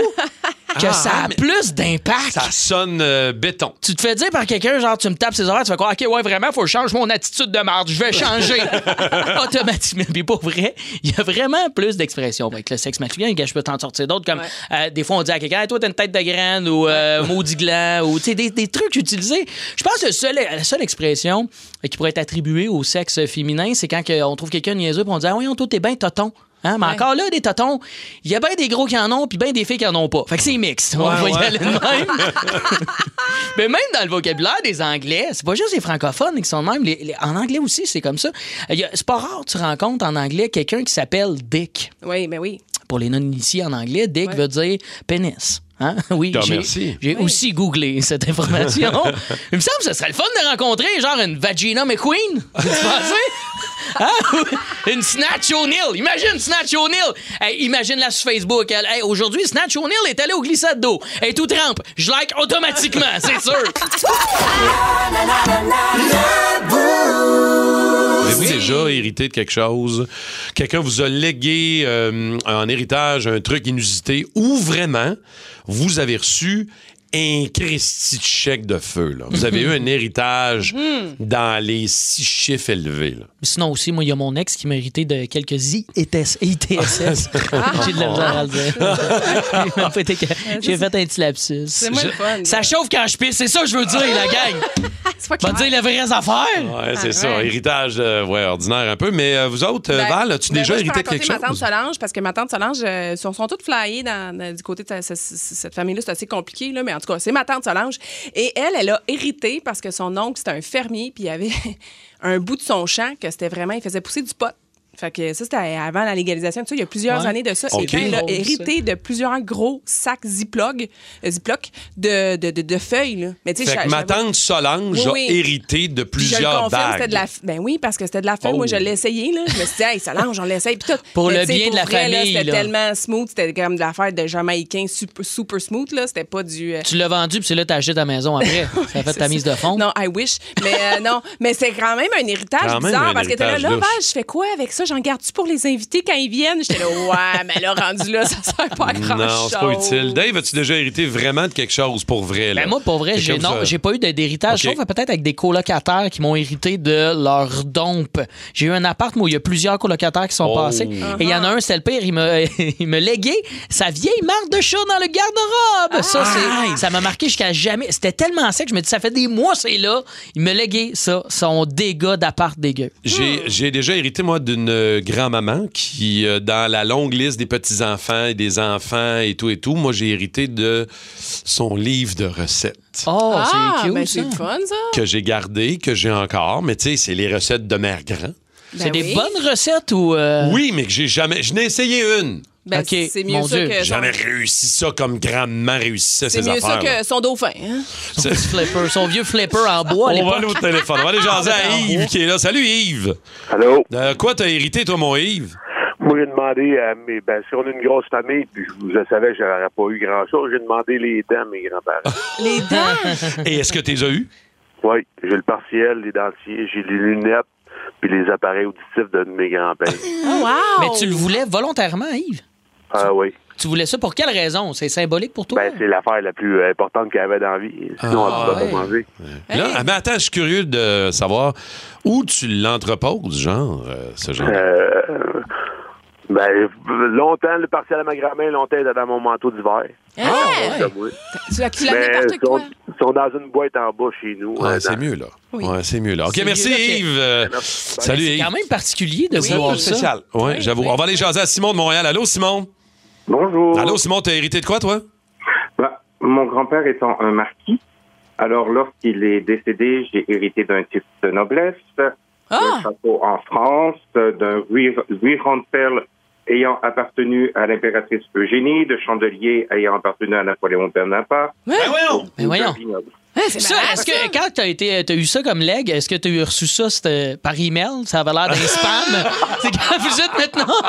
que ça a plus d'impact
Ça sonne euh, béton.
tu te fais dire par quelqu'un, genre, tu me tapes ses horaires, tu fais quoi? OK, ouais, vraiment, faut que je change mon attitude de marde. Je vais changer. Automatiquement. Puis pour vrai, il y a vraiment plus d'expressions avec le sexe masculin. Gars, Je peux t'en sortir d'autres, comme euh, des fois, on dit à quelqu'un, Hey, toi, t'as une tête de graine ou euh, maudit gland ou tu sais, des, des trucs utilisés. Je pense que le seul- la seule expression euh, qui pourrait être attribuée au sexe féminin, c'est quand que on trouve quelqu'un niaiseux et on dit, ah, oui, toi, t'es bien toton. Hein, mais encore là, des totons, il y a bien des gros qui en ont, puis bien des filles qui en ont pas. Fait que c'est mixte. on va y
ouais.
aller de même. Mais même dans le vocabulaire des Anglais, c'est pas juste les francophones qui sont de même. les- les- en anglais aussi, c'est comme ça. Il y a- C'est pas rare que tu rencontres en anglais quelqu'un qui s'appelle Dick.
Oui, mais oui.
Pour les non-initiés en anglais, Dick veut dire pénis. Hein? Oui,
Ah,
j'ai
merci.
j'ai aussi googlé cette information. Il me semble que ce serait le fun de rencontrer genre une Vagina McQueen. Vous pensez? Hein? Une Snatch O'Neill. Imagine Snatch O'Neill. Hey, Imagine-la sur Facebook. Elle, Hey, Aujourd'hui, Snatch O'Neill est allée au glissade d'eau. Elle est tout trempe. Je like automatiquement, c'est sûr.
Ben
Avez-vous déjà hérité de quelque chose? Quelqu'un vous a légué euh, en héritage un truc inusité ou vraiment vous avez reçu un Christi de chèque de feu. là. Vous avez eu un héritage
Hmm.
dans les six chiffres élevés. là.
Sinon aussi, moi, il y a mon ex qui m'a hérité de quelques ITS, ITSS.
Ah.
J'ai de la misère à le dire. Il m'a fait éca- J'ai fait un petit lapsus.
C'est moi
Je-
le fun.
Ça chauffe quand je pisse, c'est ça que je veux dire, la gang.
C'est pas
Va
clair.
te dire les vraies affaires.
Ouais, c'est ça.
ouais.
Héritage euh, ouais, ordinaire un peu. Mais euh, vous autres, euh,
Ben,
Val, as-tu
ben
déjà
moi, je peux
hérité de quelque
raconter
chose?
ma tante Solange, parce que ma tante Solange, euh, sont, sont toutes flyées dans, dans- du côté de sa- sa- sa- cette famille-là. C'est assez compliqué, là, mais en tout cas, c'est ma tante Solange. Et elle, elle a hérité parce que son oncle, c'était un fermier, puis il avait un bout de son champ que c'était vraiment, il faisait pousser du pot. Fait que ça, c'était avant la légalisation. Tu sais, il y a plusieurs
Ouais.
années de ça.
Ok.
Et puis, elle a
Drôle, ça.
hérité de plusieurs gros sacs Ziploc, euh, Ziploc de, de, de- de feuilles. là. Mais tu sais,
Fait
j'a-
que ma
j'avais-
tante Solange
Oui,
a
oui.
hérité de
puis je le
plusieurs
confirme,
bagues.
c'était de la f- Ben oui, parce que c'était de la fin.
Oh.
Moi, je l'ai essayé. Là. Je me suis dit, hey, Solange, on l'essaye. Puis tout.
Pour
Mais
le
tu sais,
bien de la
vrai, là,
famille,
C'était
là.
tellement smooth. C'était comme de l'affaire de Jamaïcain super, super smooth. là. C'était pas du. euh,
Tu l'as vendu, puis c'est là que t'as acheté ta maison après. Ça a fait ta
c'est ça.
mise de fond.
Non, I wish. Mais euh, non, mais c'est quand même un héritage
Quand même
bizarre
un
parce que t'es là,
héritage
là,
louche.
Val, je fais quoi avec ça? J'en garde-tu pour les invités quand ils viennent? J'étais là, ouais, mais là, rendu là, ça sert pas à grand
Non, c'est pas utile. Dave, as-tu déjà hérité vraiment de quelque chose pour vrai? Là?
Ben moi, pour vrai,
Quelqu'un
j'ai
vous
non,
a-
j'ai pas eu de- d'héritage,
Ok.
sauf peut-être avec des colocataires qui m'ont hérité de leur dompe. J'ai eu un appart où il y a plusieurs colocataires qui sont
Oh.
passés. Et il y en a un, c'est le pire, il me, il me léguait sa vieille marque de chat dans le garde-robe. Ça, c'est, ça m'a marqué jusqu'à jamais. C'était tellement sec, je me dis, ça fait des mois, c'est là. Il me léguait ça, son dégât d'appart dégueu.
Hmm.
J'ai j'ai déjà hérité, moi, d'une euh, grand-maman qui, euh, dans la longue liste des petits-enfants et des enfants et tout et tout, moi, j'ai hérité de son livre de recettes
Oh,
Ah,
c'est cute,
ben,
ça.
c'est le fun, ça.
que j'ai gardé, que j'ai encore. Mais tu sais, c'est les recettes de mère grand.
C'est
Ben
des
oui.
bonnes recettes ou... euh,
Oui, mais que j'ai jamais. Je n'ai essayé une.
Ben,
Ok,
c'est mieux
mon
ça
Dieu.
que. son-
Jamais réussi ça comme grand-maman réussissait
C'est
ses
mieux ça
affaires. là.
que son dauphin. hein?
C'est-
flipper, son vieux flipper en bois. à
On va
l'époque.
aller au téléphone. On va aller jaser à Yves qui est là. Salut Yves.
Allô?
De quoi t'as hérité, toi, mon Yves?
Moi, j'ai demandé à mes. Ben, si on a une grosse famille, puis je vous le savais, j'aurais pas eu grand-chose, j'ai demandé les dents à mes grands-parents.
Les dents.
Et est-ce que t'es as eu?
oui, j'ai le partiel, les dentiers, j'ai les lunettes, puis les appareils auditifs de mes grands-pères.
Oh, Mais tu le voulais volontairement, Yves.
Ah oui.
Tu voulais ça pour quelle raison? C'est symbolique pour toi?
Ben, c'est l'affaire la plus importante qu'elle avait dans la vie. Sinon,
Ah,
elle ne pouvait
ouais.
pas manger.
Là, ah, mais attends, je suis curieux de savoir où tu l'entreposes, genre, euh, ce genre.
Euh, euh, ben, longtemps, le partiel à ma grand-mère, longtemps, elle était dans mon manteau d'hiver.
Ah,
Comme moi.
Tu l'as tu l'as mis
Mais
par
ils sont, ils sont dans une boîte en bas chez nous.
Ouais,
Euh,
c'est
dans-
mieux, là. Ouais, c'est mieux, là. OK,
C'est
merci,
mieux, là, que-
Yves. Euh, Salut,
C'est
Yves.
quand même particulier de
C'est un
vouloir
peu
ça.
spécial. Ouais, j'avoue. On va aller jaser à Simon de Montréal. Allô, Simon?
Bonjour.
Allô, Simon, t'as hérité de quoi, toi?
Bah, mon grand-père étant un marquis, alors lorsqu'il est décédé, j'ai hérité d'un titre de noblesse,
Ah!
d'un château en France, d'un huit huit rangs de perles ayant appartenu à l'impératrice Eugénie, de chandeliers ayant appartenu à Napoléon Bonaparte.
Mais voyons! Mais Ben voyons.
Ben,
Ça,
malade,
est-ce que quand t'as été, t'as eu ça comme leg, est-ce que t'as eu reçu ça c'était par email? Ça avait l'air d'un spam. C'est quand vous êtes maintenant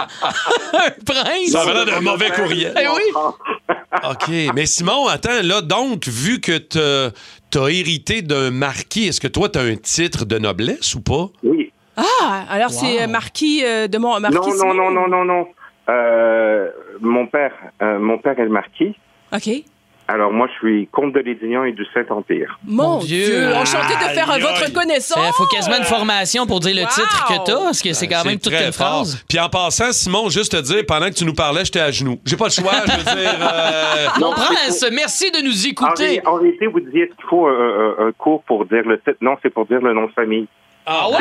un prince.
Ça avait l'air d'un mauvais courriel.
Eh oui.
Ah,
OK. Mais Simon, attends, là, donc, vu que t'as- t'as hérité d'un marquis, est-ce que toi, t'as un titre de noblesse ou pas?
Oui.
Ah, alors c'est
Wow.
euh, marquis euh, de mon marquis.
non, non, non, non, non, non. Euh, mon père, euh, mon père est le marquis.
OK.
Alors moi, je suis comte de Lédignan et du Saint-Empire.
Mon Dieu, enchanté de faire
Aïe,
votre
aïe.
connaissance.
Il Eh, faut quasiment
euh,
une formation pour dire le titre que t'as, parce que c'est quand même toute
Ben, très
une
fort.
phrase.
Puis en passant, Simon, juste te dire, pendant que tu nous parlais, j'étais à genoux. J'ai pas le choix, je veux dire. euh,
Mon Ah, prince, merci de
Ah,
nous
En,
écouter.
ré- en réalité, vous disiez est-ce qu'il faut euh, euh, un cours pour dire le titre. Non, c'est pour dire le nom de famille.
Ah
ouais?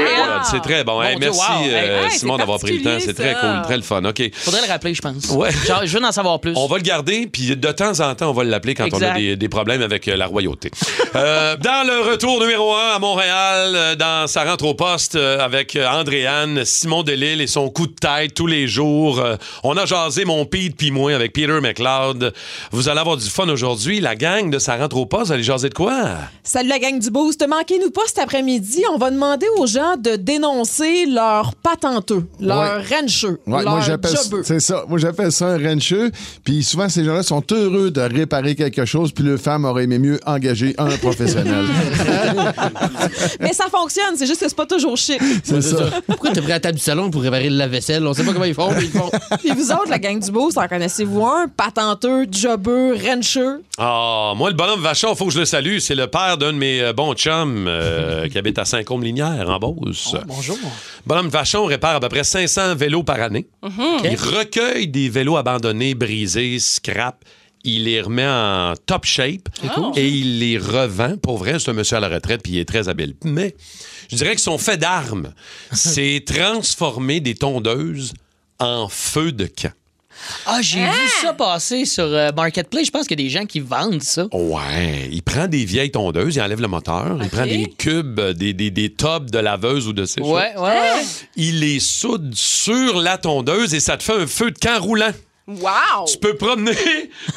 C'est très bon. Hey,
Mon Dieu,
merci,
wow. Hey,
euh,
hey,
Simon,
c'est
d'avoir pris le temps. C'est très
particulier, ça.
cool, très le fun. OK.
Faudrait le rappeler, je pense.
Ouais.
Genre, je veux en savoir plus.
On va le garder, puis de temps en temps, on va l'appeler quand on a
Exact.
des, des problèmes avec euh, la royauté. Euh, dans le retour numéro un à Montréal, euh, dans sa rentre au poste euh, avec euh, Andréanne, Simon Delille et son coup de tête tous les jours. Euh, on a jasé mon Pete puis moi avec Peter McLeod. Vous allez avoir du fun aujourd'hui. La gang de sa rentre au poste, vous allez jaser de quoi?
Salut la gang du Boost. Manquez-nous pas cet après-midi. On va demander aux gens de dénoncer leur patenteux, leur rancheux,
Ouais, moi
leur
j'appelle
jobbeux.
c'est ça. Moi j'appelle ça un rancheux. Puis souvent ces gens-là sont heureux de réparer quelque chose. Puis le femme aurait aimé mieux engager un professionnel.
Mais ça fonctionne, c'est juste que c'est pas toujours chic.
C'est ça. Pourquoi t'es pris à la table du salon pour réparer le lave-vaisselle? On sait pas comment ils font, mais ils font.
Puis vous autres, la gang du Boost, en connaissez-vous un? Patenteux, jobbeux, rancheux.
Ah, moi, le bonhomme Vachon, faut que je le salue. C'est le père d'un de mes euh, bons chums euh, qui habite à Saint-Côme-Linière, en Beauce.
Oh, bonjour.
Bonhomme Vachon répare à peu près 500 vélos par année.
Mhm.
Il
Ok.
recueille des vélos abandonnés, brisés, scrap. Il les remet en top shape
cool.
et il les revend. Pour vrai, c'est un monsieur à la retraite puis il est très habile. Mais je dirais que son fait d'armes, c'est transformer des tondeuses en feu de camp.
Ah, j'ai
Hein?
vu ça passer sur euh, Marketplace. Je pense qu'il y a des gens qui vendent ça.
Ouais, il prend des vieilles tondeuses, il enlève le moteur, il prend des cubes, euh, des, des, des tubs de laveuse ou de sécheuse.
Ouais, ouais,
Hein?
ouais.
Il les soude sur la tondeuse et ça te fait un feu de camp roulant.
Wow!
Tu peux promener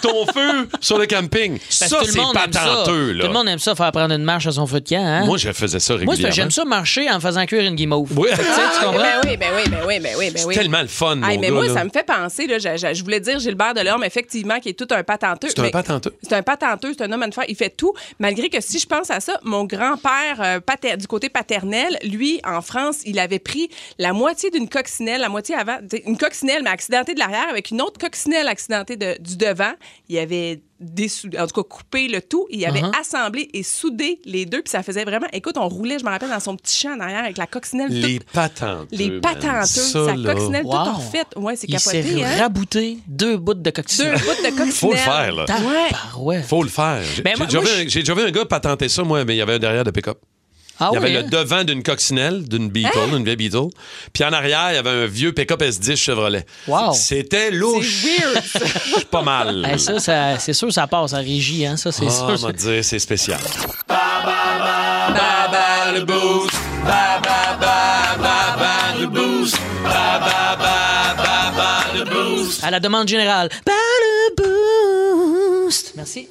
ton feu sur le camping.
Parce
ça,
que tout
c'est
le monde aime ça.
patenteux, là.
Tout le monde aime ça, faire prendre une marche à son feu de camp. Hein?
Moi, je faisais ça
Moi, c'est parce que
régulièrement.
j'aime ça marcher en faisant cuire une guimauve.
Oui.
Tu sais, tu comprends?
Ben oui, ben oui, ben oui, ben oui, ben oui.
tellement le fun,
Hey,
mon
mais
gars,
moi,
là.
ça me fait penser, là, je, je- je voulais dire Gilbert Delorme, effectivement, qui est tout un patenteux.
C'est un
mais-
patenteux.
C'est un patenteux, c'est un homme à une faire. Il fait tout. Malgré que si je pense à ça, mon grand-père euh, pater- du côté paternel, lui, en France, il avait pris la moitié d'une coccinelle, la moitié avant, t'sais, une coccinelle, mais accidentée de l'arrière, avec une autre coccinelle accidentée de- du devant. Il avait dessou- en tout cas coupé le tout, il avait
Uh-huh.
assemblé et soudé les deux, puis ça faisait vraiment... Écoute, on roulait, je me rappelle, dans son petit champ en arrière avec la coccinelle
Les
toute-
patenteux.
les
man.
patenteux,
Ça,
sa
là.
coccinelle toute
Wow.
refaite. Ouais, c'est
Il
capoté.
s'est
hein?
rabouté deux bouts de coccinelle.
Deux bouts de coccinelle.
Faut le faire, là.
Ouais.
Faut le faire. J'ai
Ben,
j'ai
moi-
déjà,
moi,
vu un- j'ai déjà vu un gars patenter ça, moi, mais il y avait un derrière de pick-up.
Ah
il y avait
ouais,
le
hein?
devant d'une coccinelle, d'une Beetle,
Hein?
d'une vieille Beetle. Puis en arrière, il y avait un vieux pick-up S10 Chevrolet.
Wow.
C'était louche. Pas mal.
Eh, ça, ça- c'est sûr, ça passe à régie. Hein? Ça, c'est
Ah,
sûr.
on va dire, c'est spécial.
Baba le boost. Baba, baba, baba le boost. Baba, baba, baba le boost.
À la demande générale. Par le boost. Merci.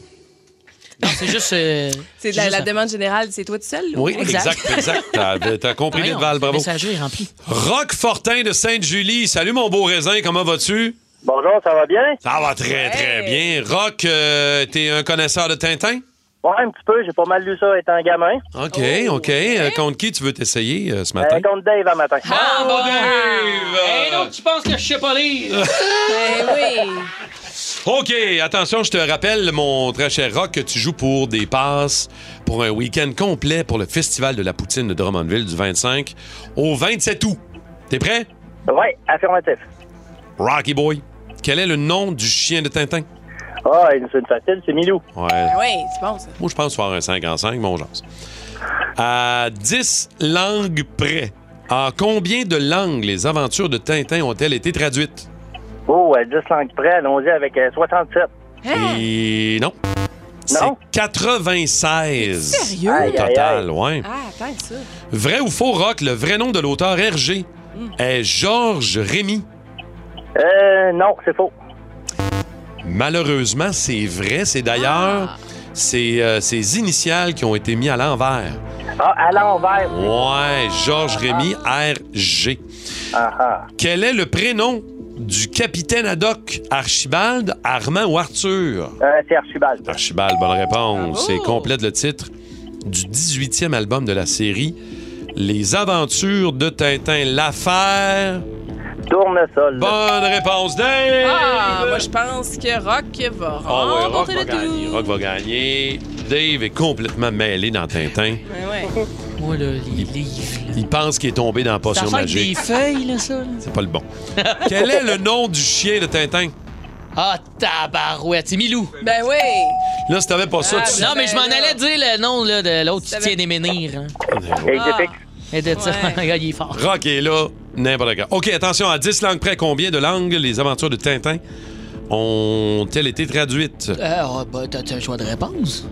Non, c'est juste. euh,
C'est de la,
juste
la
ça.
demande générale, c'est toi tout seul? là?
Oui, exact, exact. T'as- T'as compris,
Voyons,
Val, bravo.
Le messager est rempli.
Rock Fortin de Sainte-Julie. Salut, mon beau raisin, comment vas-tu?
Bonjour, ça va bien?
Ça va très, très bien. Rock, euh, t'es un connaisseur de Tintin?
Ouais, un petit peu. J'ai pas mal lu ça étant gamin.
OK,
Oh,
OK. Euh, contre qui tu veux t'essayer euh, ce matin?
Euh, contre Dave à matin.
Ah, bon
Dave!
Hey, donc, tu penses que je sais pas lire? ben oui.
OK, attention, je te rappelle, mon très cher Rock, que tu joues pour des passes pour un week-end complet pour le Festival de la Poutine de Drummondville du 25 au 27 août. T'es prêt?
Ouais, affirmatif.
Rocky Boy, quel est le nom du chien de Tintin?
Ah, c'est une facile, c'est Milou.
Ouais.
Oui, c'est bon, ça.
Moi, je pense faire un 5 en 5, mon genre. À 10 langues près, en combien de langues les aventures de Tintin ont-elles été traduites?
Oh, à 10 langues près, allons-y avec euh, 67.
Hein?
Et non.
Hein? Non?
C'est 96
Sérieux?
au
Aïe, aïe,
total,
aïe.
ouais.
Ah, attends, ça.
Vrai ou faux rock, le vrai nom de l'auteur Hergé
Hmm.
est Georges Rémy.
Euh, non, c'est faux.
Malheureusement, c'est vrai. C'est
Ah.
d'ailleurs ses, euh, ses initiales qui ont été mises à l'envers.
Ah, à l'envers.
Ouais, Georges Rémy, RG.
Ah,
Quel est le prénom du capitaine Haddock? Archibald, Armand ou Arthur?
Euh, c'est Archibald.
Archibald, bonne réponse. C'est complète le titre du 18e album de la série Les Aventures de Tintin. L'affaire.
Tournesol.
Bonne réponse, Dave!
Ah, moi, je pense que Rock va
Oh, ouais, Rock
remporter
va
le tout.
gagner. Rock va gagner. Dave est complètement mêlé dans Tintin.
Ben ouais.
Moi, là, les livres.
Il pense qu'il est tombé dans la
Ça
potion
sent des
magique.
feuilles, là, ça. là.
C'est pas le bon. Quel est le nom du chien de Tintin?
Ah, tabarouette, c'est Milou.
Ben oui.
Là, si t'avais pas ça,
Ah,
tu...
non, mais je m'en allais dire le nom là, de l'autre qui tient des menhirs. hein. Et de ça, regarde, il est fort.
Rock est là, n'importe quoi. OK, attention, à 10 langues près, combien de langues les aventures de Tintin ont-elles été traduites?
Euh, oh, bah, t'as t'as un choix de réponse.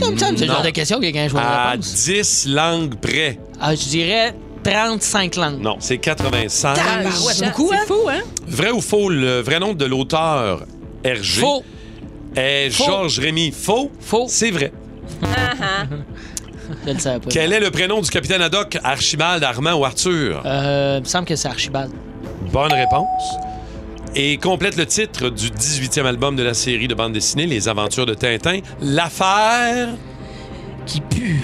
Ça me semble que C'est le genre de question qu'il y a un choix de Ah,
À
réponse.
10 langues près.
Ah, je dirais 35 langues.
Non, c'est 85.
Tabarouette, c'est beaucoup, hein?
fou, hein?
Vrai ou faux, le vrai nom de l'auteur Hergé
Faux.
est
Faux.
Georges Rémy. Faux? Faux. C'est vrai.
Je le savais pas.
Quel est le prénom du capitaine Haddock, Archibald, Armand ou Arthur?
Euh, il me semble que c'est Archibald.
Bonne réponse. Et complète le titre du 18e album de la série de bande dessinée Les Aventures de Tintin, L'affaire
qui pue.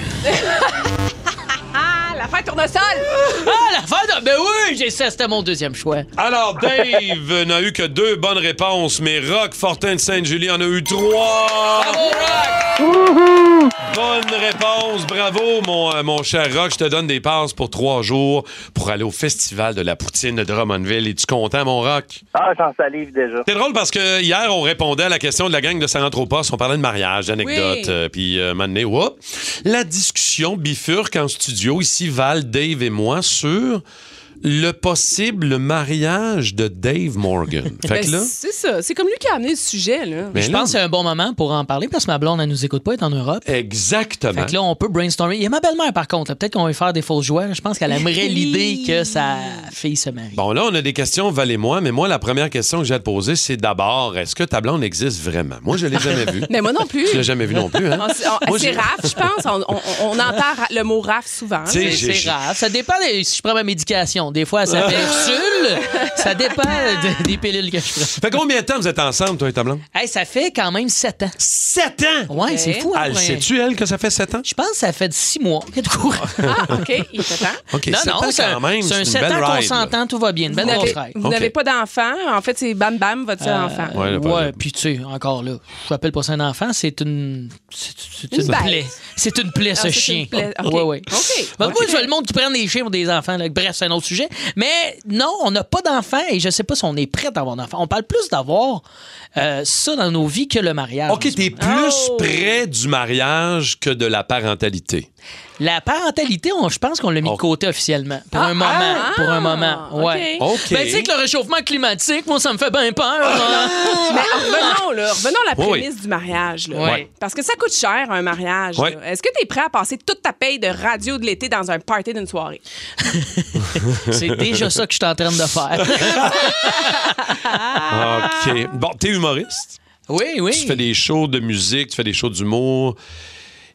Ah, la fin tournesol!
Ah, la fin de... Ben oui, j'ai ça, c'était mon deuxième choix.
Alors, Dave n'a eu que deux bonnes réponses, mais Rock Fortin de Sainte-Julie en a eu trois. Bonne réponse, bravo, mon, euh, mon cher Rock. Je te donne des passes pour trois jours pour aller au Festival de la Poutine de Drummondville. Es-tu content, mon Rock?
Ah, j'en salive déjà.
C'est drôle parce que hier, on répondait à la question de la gang de Saranthropos. On parlait de mariage,
Oui.
d'anecdotes. euh, Puis, euh, un moment donné, whoop, la discussion bifurque en studio. Ici, Val, Dave et moi sur le possible mariage de Dave Morgan. fait que
Ben,
là,
C'est ça. C'est comme lui qui a amené le sujet, là.
Mais
je
là-
pense que c'est un bon moment pour en parler parce que ma blonde, elle nous écoute pas, elle est en Europe.
exactement.
Fait que là, on peut brainstormer. Il y a ma belle-mère, par contre. là. Peut-être qu'on va lui faire des fausses joies. Je pense qu'elle aimerait l'idée que sa fille se marie.
Bon, là, on a des questions, Val et moi, mais moi, la première question que j'ai à te poser, c'est d'abord, est-ce que ta blonde existe vraiment? Moi, je l'ai jamais vue.
Mais Ben, moi non plus.
Tu l'as jamais vu non plus, hein?
On- on-
Moi, j'ai-
C'est raf, je pense. On, on- on en parle le mot raf souvent.
Tu sais,
C'est-
j'ai-
C'est grave. Ça dépend de- si je prends ma médication. Des fois, elle s'appelle Ursule. Ça dépend de- des pilules que je prends.
Fait combien de temps vous êtes ensemble, toi et ta blonde?
Hey, ça fait quand même 7 ans.
7 ans?
Ouais, c'est fou. hein,
Elle
pour un-
sait-tu, Ah, elle, que ça fait 7 ans?
Je pense que ça fait 6 mois qu'elle est au courant.
Ah, OK, il est temps.
OK, sept ans
c'est un,
quand même,
c'est
c'est
un
une
7
belle
ans qu'on
ride, là.
s'entend, tout va bien. Une
Vous
belle
n'avez
grosse ride.
vous n'avez pas d'enfant. En fait, c'est bam bam, votre seul enfant.
Ouais,
Euh, Ouais,
là, par exemple.
puis tu sais, encore là, je n'appelle pas ça un enfant, c'est une. C'est c'est
Une
une,
bête.
plaie. C'est une plaie,
Ah,
ce
c'est
chien.
une plaie. OK.
Ouais, ouais.
OK.
Ben, Moi,
OK.
je vois le monde qui prend des chiens pour des enfants. là. Bref, c'est un autre sujet. Mais non, on n'a pas d'enfant et je sais pas si on est prêt d'avoir un enfant. On parle plus d'avoir euh, ça dans nos vies que le mariage.
OK, t'es plus
Oh!
près du mariage que de la parentalité.
La parentalité, on- je pense qu'on l'a mis
Oh.
de côté officiellement. Pour
Ah,
un moment. pour un moment. Ouais.
OK.
Ben, tu sais que le réchauffement climatique, moi, ça me fait bien peur. hein.
Mais revenons, là, revenons à la
Oui.
prémisse du mariage. là.
Oui.
Parce que ça coûte cher, un mariage.
Oui.
là. Est-ce que tu es prêt à passer toute ta paye de radio de l'été dans un party d'une soirée?
C'est déjà ça que je suis en train de faire. Ah!
OK. Bon, t'es humoriste.
Oui, oui.
Tu fais des shows de musique, tu fais des shows d'humour.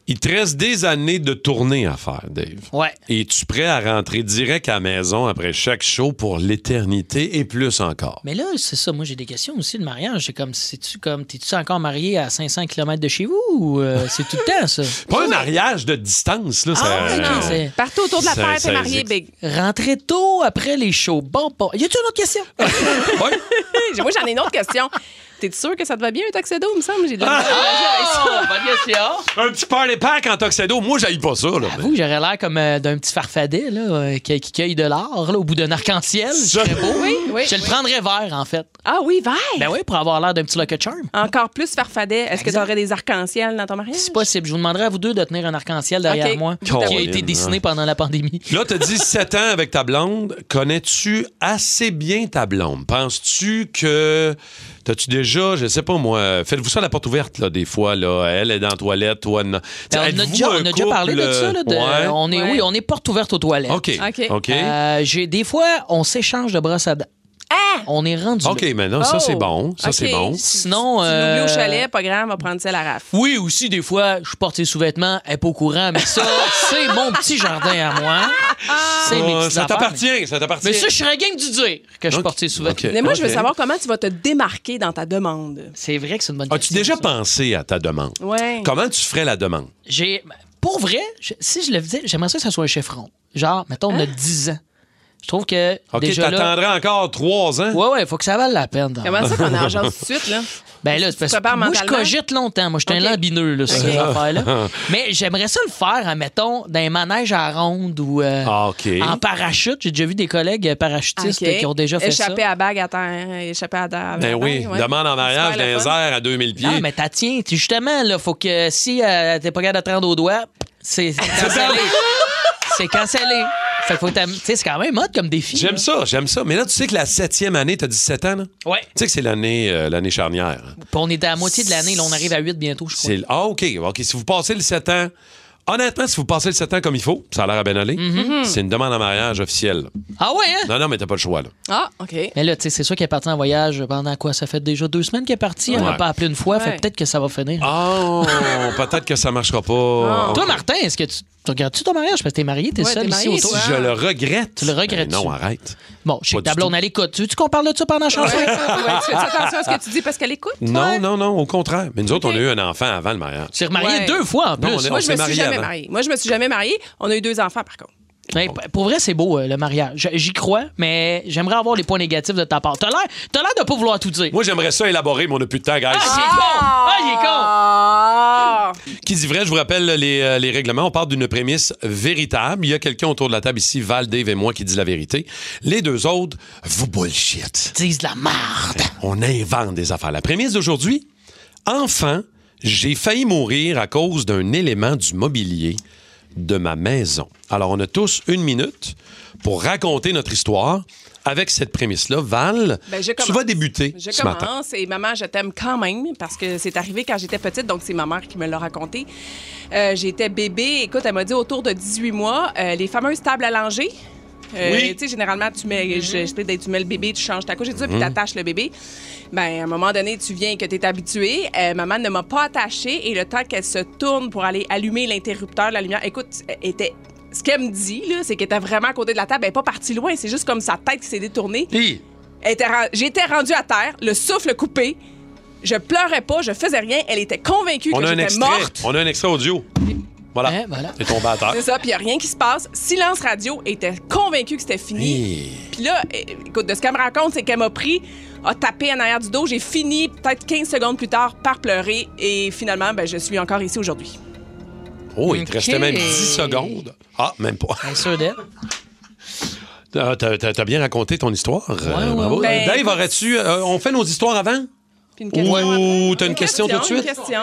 Il te reste des années de tournée à faire, Dave.
Ouais.
Es-tu prêt à rentrer direct à la maison après chaque show pour l'éternité et plus encore?
Mais là, c'est ça. Moi, j'ai des questions aussi de mariage. C'est comme, c'est-tu comme, t'es-tu encore marié à 500 km de chez vous ou euh, c'est tout le temps ça?
Pas un mariage de distance, là.
Euh,
ça-
Ah, Partout autour de la
Ça-
terre,
ça
t'es marié,
existe.
Big.
Rentrer tôt après les shows. Bon, bon. Y a-tu une autre question?
Moi, j'en ai une autre question. T'es-tu sûr que ça te va bien, un tuxedo, il me semble? J'ai de la
Ah!
misère à
Oh,
réagir
bonne question.
Un petit party pack en tuxedo, moi, j'aille pas ça, là.
Vous, j'aurais l'air comme euh, d'un petit farfadet là, euh, qui, qui cueille de l'or là, au bout d'un arc-en-ciel. C'est beau.
Oui, oui,
Je le
oui.
prendrais vert, en fait.
Ah oui, vert!
Ben oui, pour avoir l'air d'un petit Lucky Charm.
Encore plus farfadet. Est-ce que
Exact.
t'aurais des arcs-en-ciel dans ton mariage?
C'est possible. Je vous demanderai à vous deux de tenir un arc-en-ciel derrière
Ok.
moi
Colin,
qui a été
hein.
dessiné pendant la pandémie.
Là, t'as dit 7 ans avec ta blonde. Connais-tu assez bien ta blonde? Penses-tu que. T'as-tu déjà, je sais pas moi, faites-vous ça à la porte ouverte, là, des fois, là. Elle est dans la toilette, toi, non.
Ben, on, a
Êtes-vous
déjà,
un
on a déjà parlé de
couple, euh,
ça. là, de-
ouais?
on est, Oui, on est porte ouverte aux toilettes.
OK, OK. OK.
Euh, j'ai- des fois, on s'échange de brosse à dents. On est rendu
OK,
là.
maintenant, Ah, ça,
Oh,
c'est bon. Ça,
Oh. Ok.
c'est bon.
Sinon,
Tu l'oublies
euh,
au chalet, pas grave, on va prendre ça à la raf.
Oui, aussi, des fois, je porte ses sous-vêtements, elle est pas au courant, mais ça, c'est mon petit jardin à moi. C'est mes
Ah,
petites
ça
affaires,
t'appartient, ça t'appartient.
Mais ça, je serais game du dire que je
Ok.
porte ses sous-vêtements.
Ok.
Mais moi, je veux
Ok.
savoir comment tu vas te démarquer dans ta demande.
C'est vrai que c'est une bonne
As-tu déjà pensé à ta demande?
Ouais.
Comment tu ferais la demande?
J'ai, pour vrai, je- si je le faisais, j'aimerais ça que ça soit un chiffron. Genre, mettons, on a 10 ans. Je trouve que.
OK,
déjà là-
t'attendrais encore trois ans?
Ouais, ouais, faut que ça vale la peine.
Comment ça qu'on argent tout de suite, là?
Ben là, c'est parce que
prépares
moi, je
mentalement? Ah.
cogite longtemps. Moi, je suis un lambineux, là, sur
Ok.
ces affaires-là. Mais j'aimerais ça le faire, admettons, dans un manège à ronde ou euh,
Ah, OK.
en parachute. J'ai déjà vu des collègues parachutistes
Ok.
qui ont déjà fait
Échapper
ça.
à bague à terre, échapper à terre.
Ben oui,
ouais.
demande en mariage
Super le
d'un
fun.
air à 2000 pieds.
Non, Ah, mais t'as tiens, tu- justement, là, faut que si euh, t'es pas capable de te rendre au doigt, c'est c'est cancellé. c'est cancellé. Fait que faut que t'am- tu sais, c'est quand même hot comme défi.
J'aime
là.
ça, j'aime ça. Mais là, tu sais que la septième année, t'as 17 ans, là?
Ouais.
Tu sais que c'est l'année euh, l'année charnière. hein?
Puis on est à la moitié de l'année, là, on arrive à 8 bientôt, je crois.
C'est le- Ah, OK. OK. Si vous passez le 7 ans, honnêtement, si vous passez le 7 ans comme il faut, ça a l'air à bien aller,
Mhm.
c'est une demande en mariage officielle. là.
Ah ouais, hein?
Non, non, mais t'as pas le choix, là.
Ah, OK.
Mais là, tu sais, c'est sûr qu'elle est partie en voyage pendant quoi? Ça fait déjà deux semaines qu'elle est partie. Elle m'a
Ouais.
pas appelé une fois.
Ouais.
Fait peut-être que ça va finir. Ah.
Oh, peut-être que ça marchera pas.
Toi, Martin, est-ce que tu, tu regardes-tu ton mariage? Parce que t'es marié, t'es
Ouais,
seul
t'es
ici
marié, hein?
autour.
Si je le regrette.
hein? Tu le regrettes-tu?
Ben non, arrête.
Bon, je sais
Pas
que ta
du
blonde,
tout.
elle écoute. Tu veux qu'on parle de ça pendant la chanson?
Ouais, ça, ouais, tu fais attention à ce que tu dis parce qu'elle écoute.
Non,
ouais.
non, non, au contraire. Mais nous autres, on a eu un enfant avant le mariage.
Tu t'es remarié
Ouais.
deux fois en plus.
Non, on est-
Moi, je me
s'est
suis
mariés
jamais
avant.
mariée. Moi, je me suis jamais mariée. On a eu deux enfants, par contre.
Mais p- pour vrai, c'est beau, euh, le mariage. J'y crois, mais j'aimerais avoir les points négatifs de ta part. T'as l'air t'as l'air de pas vouloir tout dire.
Moi, j'aimerais ça élaborer, mais on n'a plus de temps, guys.
Ah, il est con! Ah, il est con!
Ah!
Qui dit vrai, je vous rappelle les, euh, les règlements. On part d'une prémisse véritable. Il y a quelqu'un autour de la table ici, Val, Dave et moi, qui dit la vérité. Les deux autres, vous bullshit.
Disent de la merde.
On invente des affaires. La prémisse d'aujourd'hui, enfant, j'ai failli mourir à cause d'un élément du mobilier de ma maison. Alors, on a tous une minute pour raconter notre histoire avec cette prémisse-là. Val,
Ben, je
tu
commence.
vas débuter
Je
ce matin.
commence et maman, je t'aime quand même parce que c'est arrivé quand j'étais petite, donc c'est ma mère qui me l'a raconté. Euh, j'étais bébé, écoute, elle m'a dit autour de 18 mois, euh, les fameuses tables à langer. Euh,
Oui. Mm-hmm.
Tu sais, généralement, tu mets, je- je sais pas, tu mets le bébé, tu changes ta couche et tout ça, puis t'attaches le bébé. Ben, à un moment donné, tu viens que t'es habitué. Euh, maman ne m'a pas attachée et le temps qu'elle se tourne pour aller allumer l'interrupteur, la lumière, écoute, elle était. Ce qu'elle me dit, là, c'est qu'elle était vraiment à côté de la table. Elle n'est pas partie loin. C'est juste comme sa tête qui s'est détournée.
Hi.
Elle était ren- J'étais rendue à terre, le souffle coupé. Je pleurais pas, je faisais rien. Elle était convaincue
On
que
a un
j'étais
extrait.
morte. Eh.
On a un extrait audio. Voilà.
Hein, voilà.
T'es tombé à terre.
C'est ça, puis y a rien qui se passe. Silence radio, elle était convaincue que c'était fini.
Hi.
Puis là, é- écoute, de ce qu'elle me raconte, c'est qu'elle m'a pris, a tapé en arrière du dos. J'ai fini peut-être 15 secondes plus tard par pleurer et finalement, ben, je suis encore ici aujourd'hui.
Oh, il te
Ok.
restait même 10 secondes. Ah, même pas.
Bien sûr d'elle.
Ah, T'as t'as- t'as bien raconté ton histoire. euh,
ouais,
bravo.
ouais. Ben,
Dave,
écoute-
aurais-tu. euh, on fait nos histoires avant?
Puis une question.
Ou t'as une question tout de
Une
suite?
question.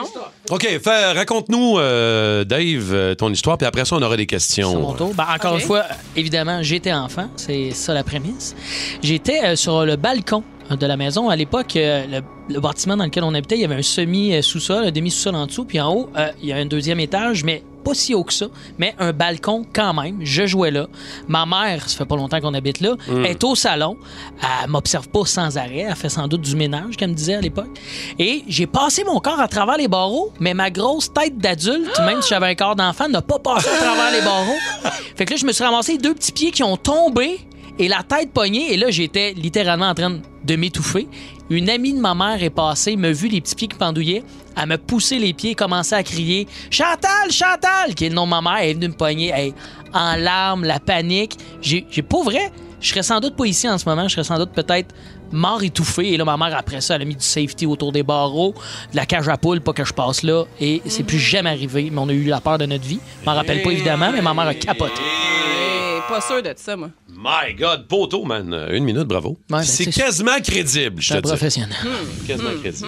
OK, fais- raconte-nous, euh, Dave, euh, ton histoire, puis après ça, on aura des
C'est mon
questions.
tour. Ben, encore
Ok.
une fois, euh, évidemment, j'étais enfant. C'est ça la prémisse. J'étais euh, sur le balcon euh, de la maison. À l'époque, euh, le, le bâtiment dans lequel on habitait, il y avait un semi-sous-sol, un demi-sous-sol en dessous. Puis en haut, euh, il y a un deuxième étage, mais pas si haut que ça, mais un balcon quand même. Je jouais là. Ma mère, ça fait pas longtemps qu'on habite là,
Mm.
est au salon. Elle m'observe pas sans arrêt. Elle fait sans doute du ménage, qu'elle me disait à l'époque. Et j'ai passé mon corps à travers les barreaux, mais ma grosse tête d'adulte, même si j'avais un corps d'enfant, n'a pas passé à travers les barreaux. Fait que là, je me suis ramassé deux petits pieds qui ont tombé et la tête pognée. Et là, j'étais littéralement en train de m'étouffer. Une amie de ma mère est passée, me vu les petits pieds qui pendouillaient. Elle me poussé les pieds, commençait à crier Chantal, Chantal, qui est le nom de ma mère. Elle est venue me pogner Hey, en larmes, la panique. J'ai j'ai- pour vrai, je serais sans doute pas ici en ce moment. Je serais sans doute peut-être mort étouffé. Et là, ma mère, après ça, elle a mis du safety autour des barreaux, de la cage à poules, pas que je passe là. Et c'est plus jamais arrivé. Mais on a eu la peur de notre vie. Je m'en rappelle pas, évidemment, mais ma mère a capoté.
Eh, pas sûr de ça, moi.
My God, poteau, man. Euh, Une minute, bravo.
ben,
c'est
c'est-
quasiment crédible, je
C'est
te
un
dis.
professionnel.
Quasiment
Mm,
crédible.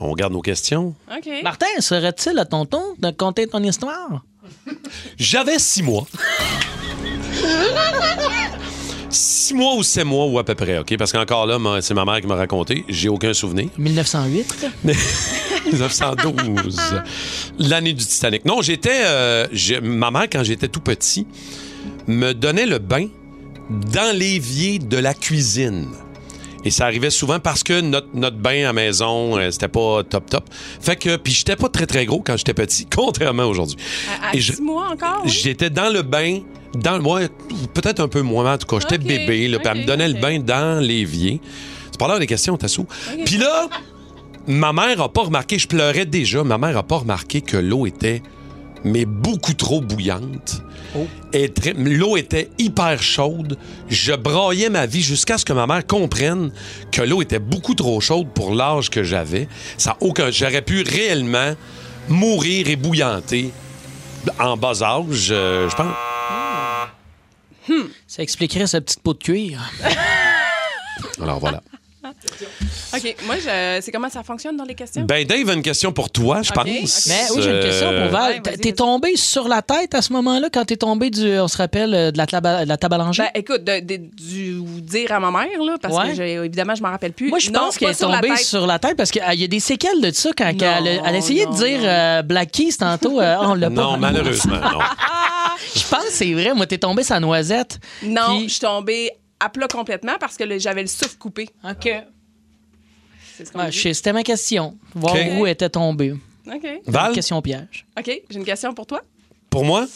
On regarde nos questions.
Martin, serait-il à tonton de conter ton histoire?
J'avais six mois. Six mois ou sept mois ou à peu près, OK? Parce qu'encore là, ma- c'est ma mère qui m'a raconté. J'ai aucun souvenir.
1908?
1912. L'année du Titanic. Non, j'étais. euh, je- ma mère, quand j'étais tout petit, me donnait le bain dans l'évier de la cuisine. Et ça arrivait souvent parce que notre, notre bain à maison, euh, c'était pas top top. Fait que, puis j'étais pas très très gros quand j'étais petit, contrairement aujourd'hui.
À, à
Et je-
six mois encore? oui?
J'étais dans le bain, dans moi, peut-être un peu moins, mais en tout cas, j'étais
Ok,
bébé, là, puis elle me donnait le bain dans l'évier. C'est pas l'heure des questions, t'as sous. Puis là, ma mère a pas remarqué, je pleurais déjà, ma mère a pas remarqué que l'eau était, mais beaucoup trop bouillante. Et très- L'eau était hyper chaude. Je braillais ma vie jusqu'à ce que ma mère comprenne que l'eau était beaucoup trop chaude pour l'âge que j'avais. Ça a aucun. J'aurais pu réellement mourir et bouillanter en bas âge, euh, je pense.
Ça expliquerait sa petite peau de cuir.
Alors voilà.
OK, moi, je... c'est comment ça fonctionne dans les questions?
Hein?
Ben Dave a une question pour toi, je
Ok,
pense.
ok.
Mais Ben oui, j'ai une question
Euh,
pour Val. T'es- T'es tombé sur la tête à ce moment-là quand t'es tombé du, on se rappelle, euh, de la, taba- de la tabalangée?
Ben, écoute, de- de- du ou dire à ma mère, là, parce
Ouais.
que j'ai- évidemment, je m'en rappelle plus.
Moi, je
Non,
pense qu'elle
pas
est
sur la
tombée
tête.
sur la tête parce qu'il y a des séquelles de ça quand elle, a- elle a essayé de dire euh, Black Keys tantôt. euh, on l'a pas.
Non, malheureusement, non.
je pense que c'est vrai. Moi, t'es tombé sa noisette.
Non, je suis tombée à plat complètement parce que le- j'avais le souffle coupé.
OK.
C'est ce qu'on
Ouais,
me dit.
je- C'était ma question. Voir
OK.
où elle était tombée.
OK.
Val?
Une question piège.
OK, j'ai une question pour toi.
Pour moi?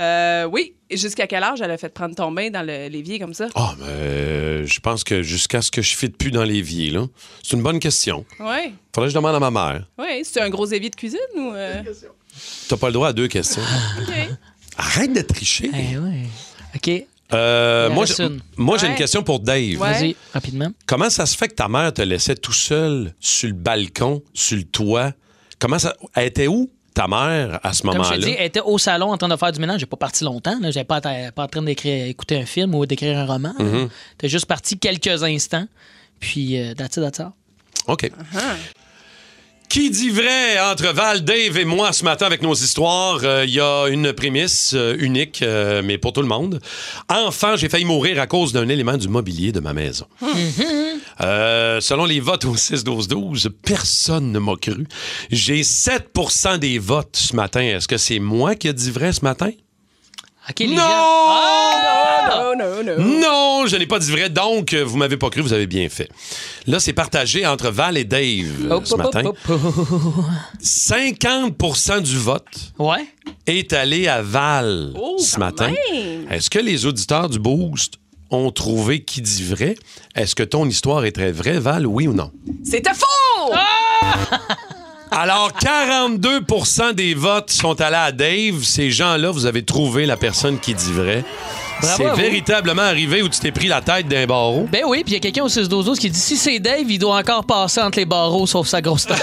Euh, oui, Et jusqu'à quel âge elle a fait prendre ton bain dans le- l'évier comme ça?
Ah, mais, euh, je pense que jusqu'à ce que je fitte plus dans l'évier, là. C'est une bonne question.
Oui,
Faudrait que je demande à ma mère.
oui. C'est un gros évier de cuisine ou. euh?
T'as pas le droit à deux questions.
Ah.
OK.
Arrête de tricher.
Eh OK.
Euh,
Il en
moi,
reste
j'ai-
une.
moi, j'ai
Ouais.
une question pour Dave.
Ouais. Vas-y, rapidement.
Comment ça se fait que ta mère te laissait tout seul sur le balcon, sur le toit? Comment ça. Elle était où, ta mère, à ce
Comme
moment-là?
je te dis, elle était au salon en train de faire du ménage. J'ai pas parti longtemps. là. J'étais pas, atta- pas en train d'écrire, écouter un film ou d'écrire un roman. là.
Mhm.
J'étais juste parti quelques instants. Puis, euh, that's it, that's all.
OK. Qui dit vrai entre Val, Dave et moi ce matin avec nos histoires? euh, Il y a une prémisse euh, unique, euh, mais pour tout le monde. Enfant, j'ai failli mourir à cause d'un élément du mobilier de ma maison. Euh, selon les votes au 6-12-12, personne ne m'a cru. J'ai 7 des votes ce matin. Est-ce que c'est moi qui ai dit vrai ce matin?
OK, les
Non!
gens- Ah!
non, non.
Non, je n'ai pas dit vrai, donc euh, vous m'avez pas cru, vous avez bien fait. Là, c'est partagé entre Val et Dave
oh,
euh, ce matin. 50 du vote est allé à Val
Oh,
ce matin.
même!
Est-ce que les auditeurs du Boost ont trouvé qui dit vrai? Est-ce que ton histoire est très vraie, Val, oui ou non?
C'était faux!
Ah!
Alors, 42 des votes sont allés à Dave. Ces gens-là, vous avez trouvé la personne qui dit vrai.
Bravo à
C'est
vous.
véritablement arrivé où tu t'es pris la tête d'un barreau.
Ben oui, puis il y a quelqu'un au 6 12 qui dit si c'est Dave, il doit encore passer entre les barreaux sauf sa grosse tête.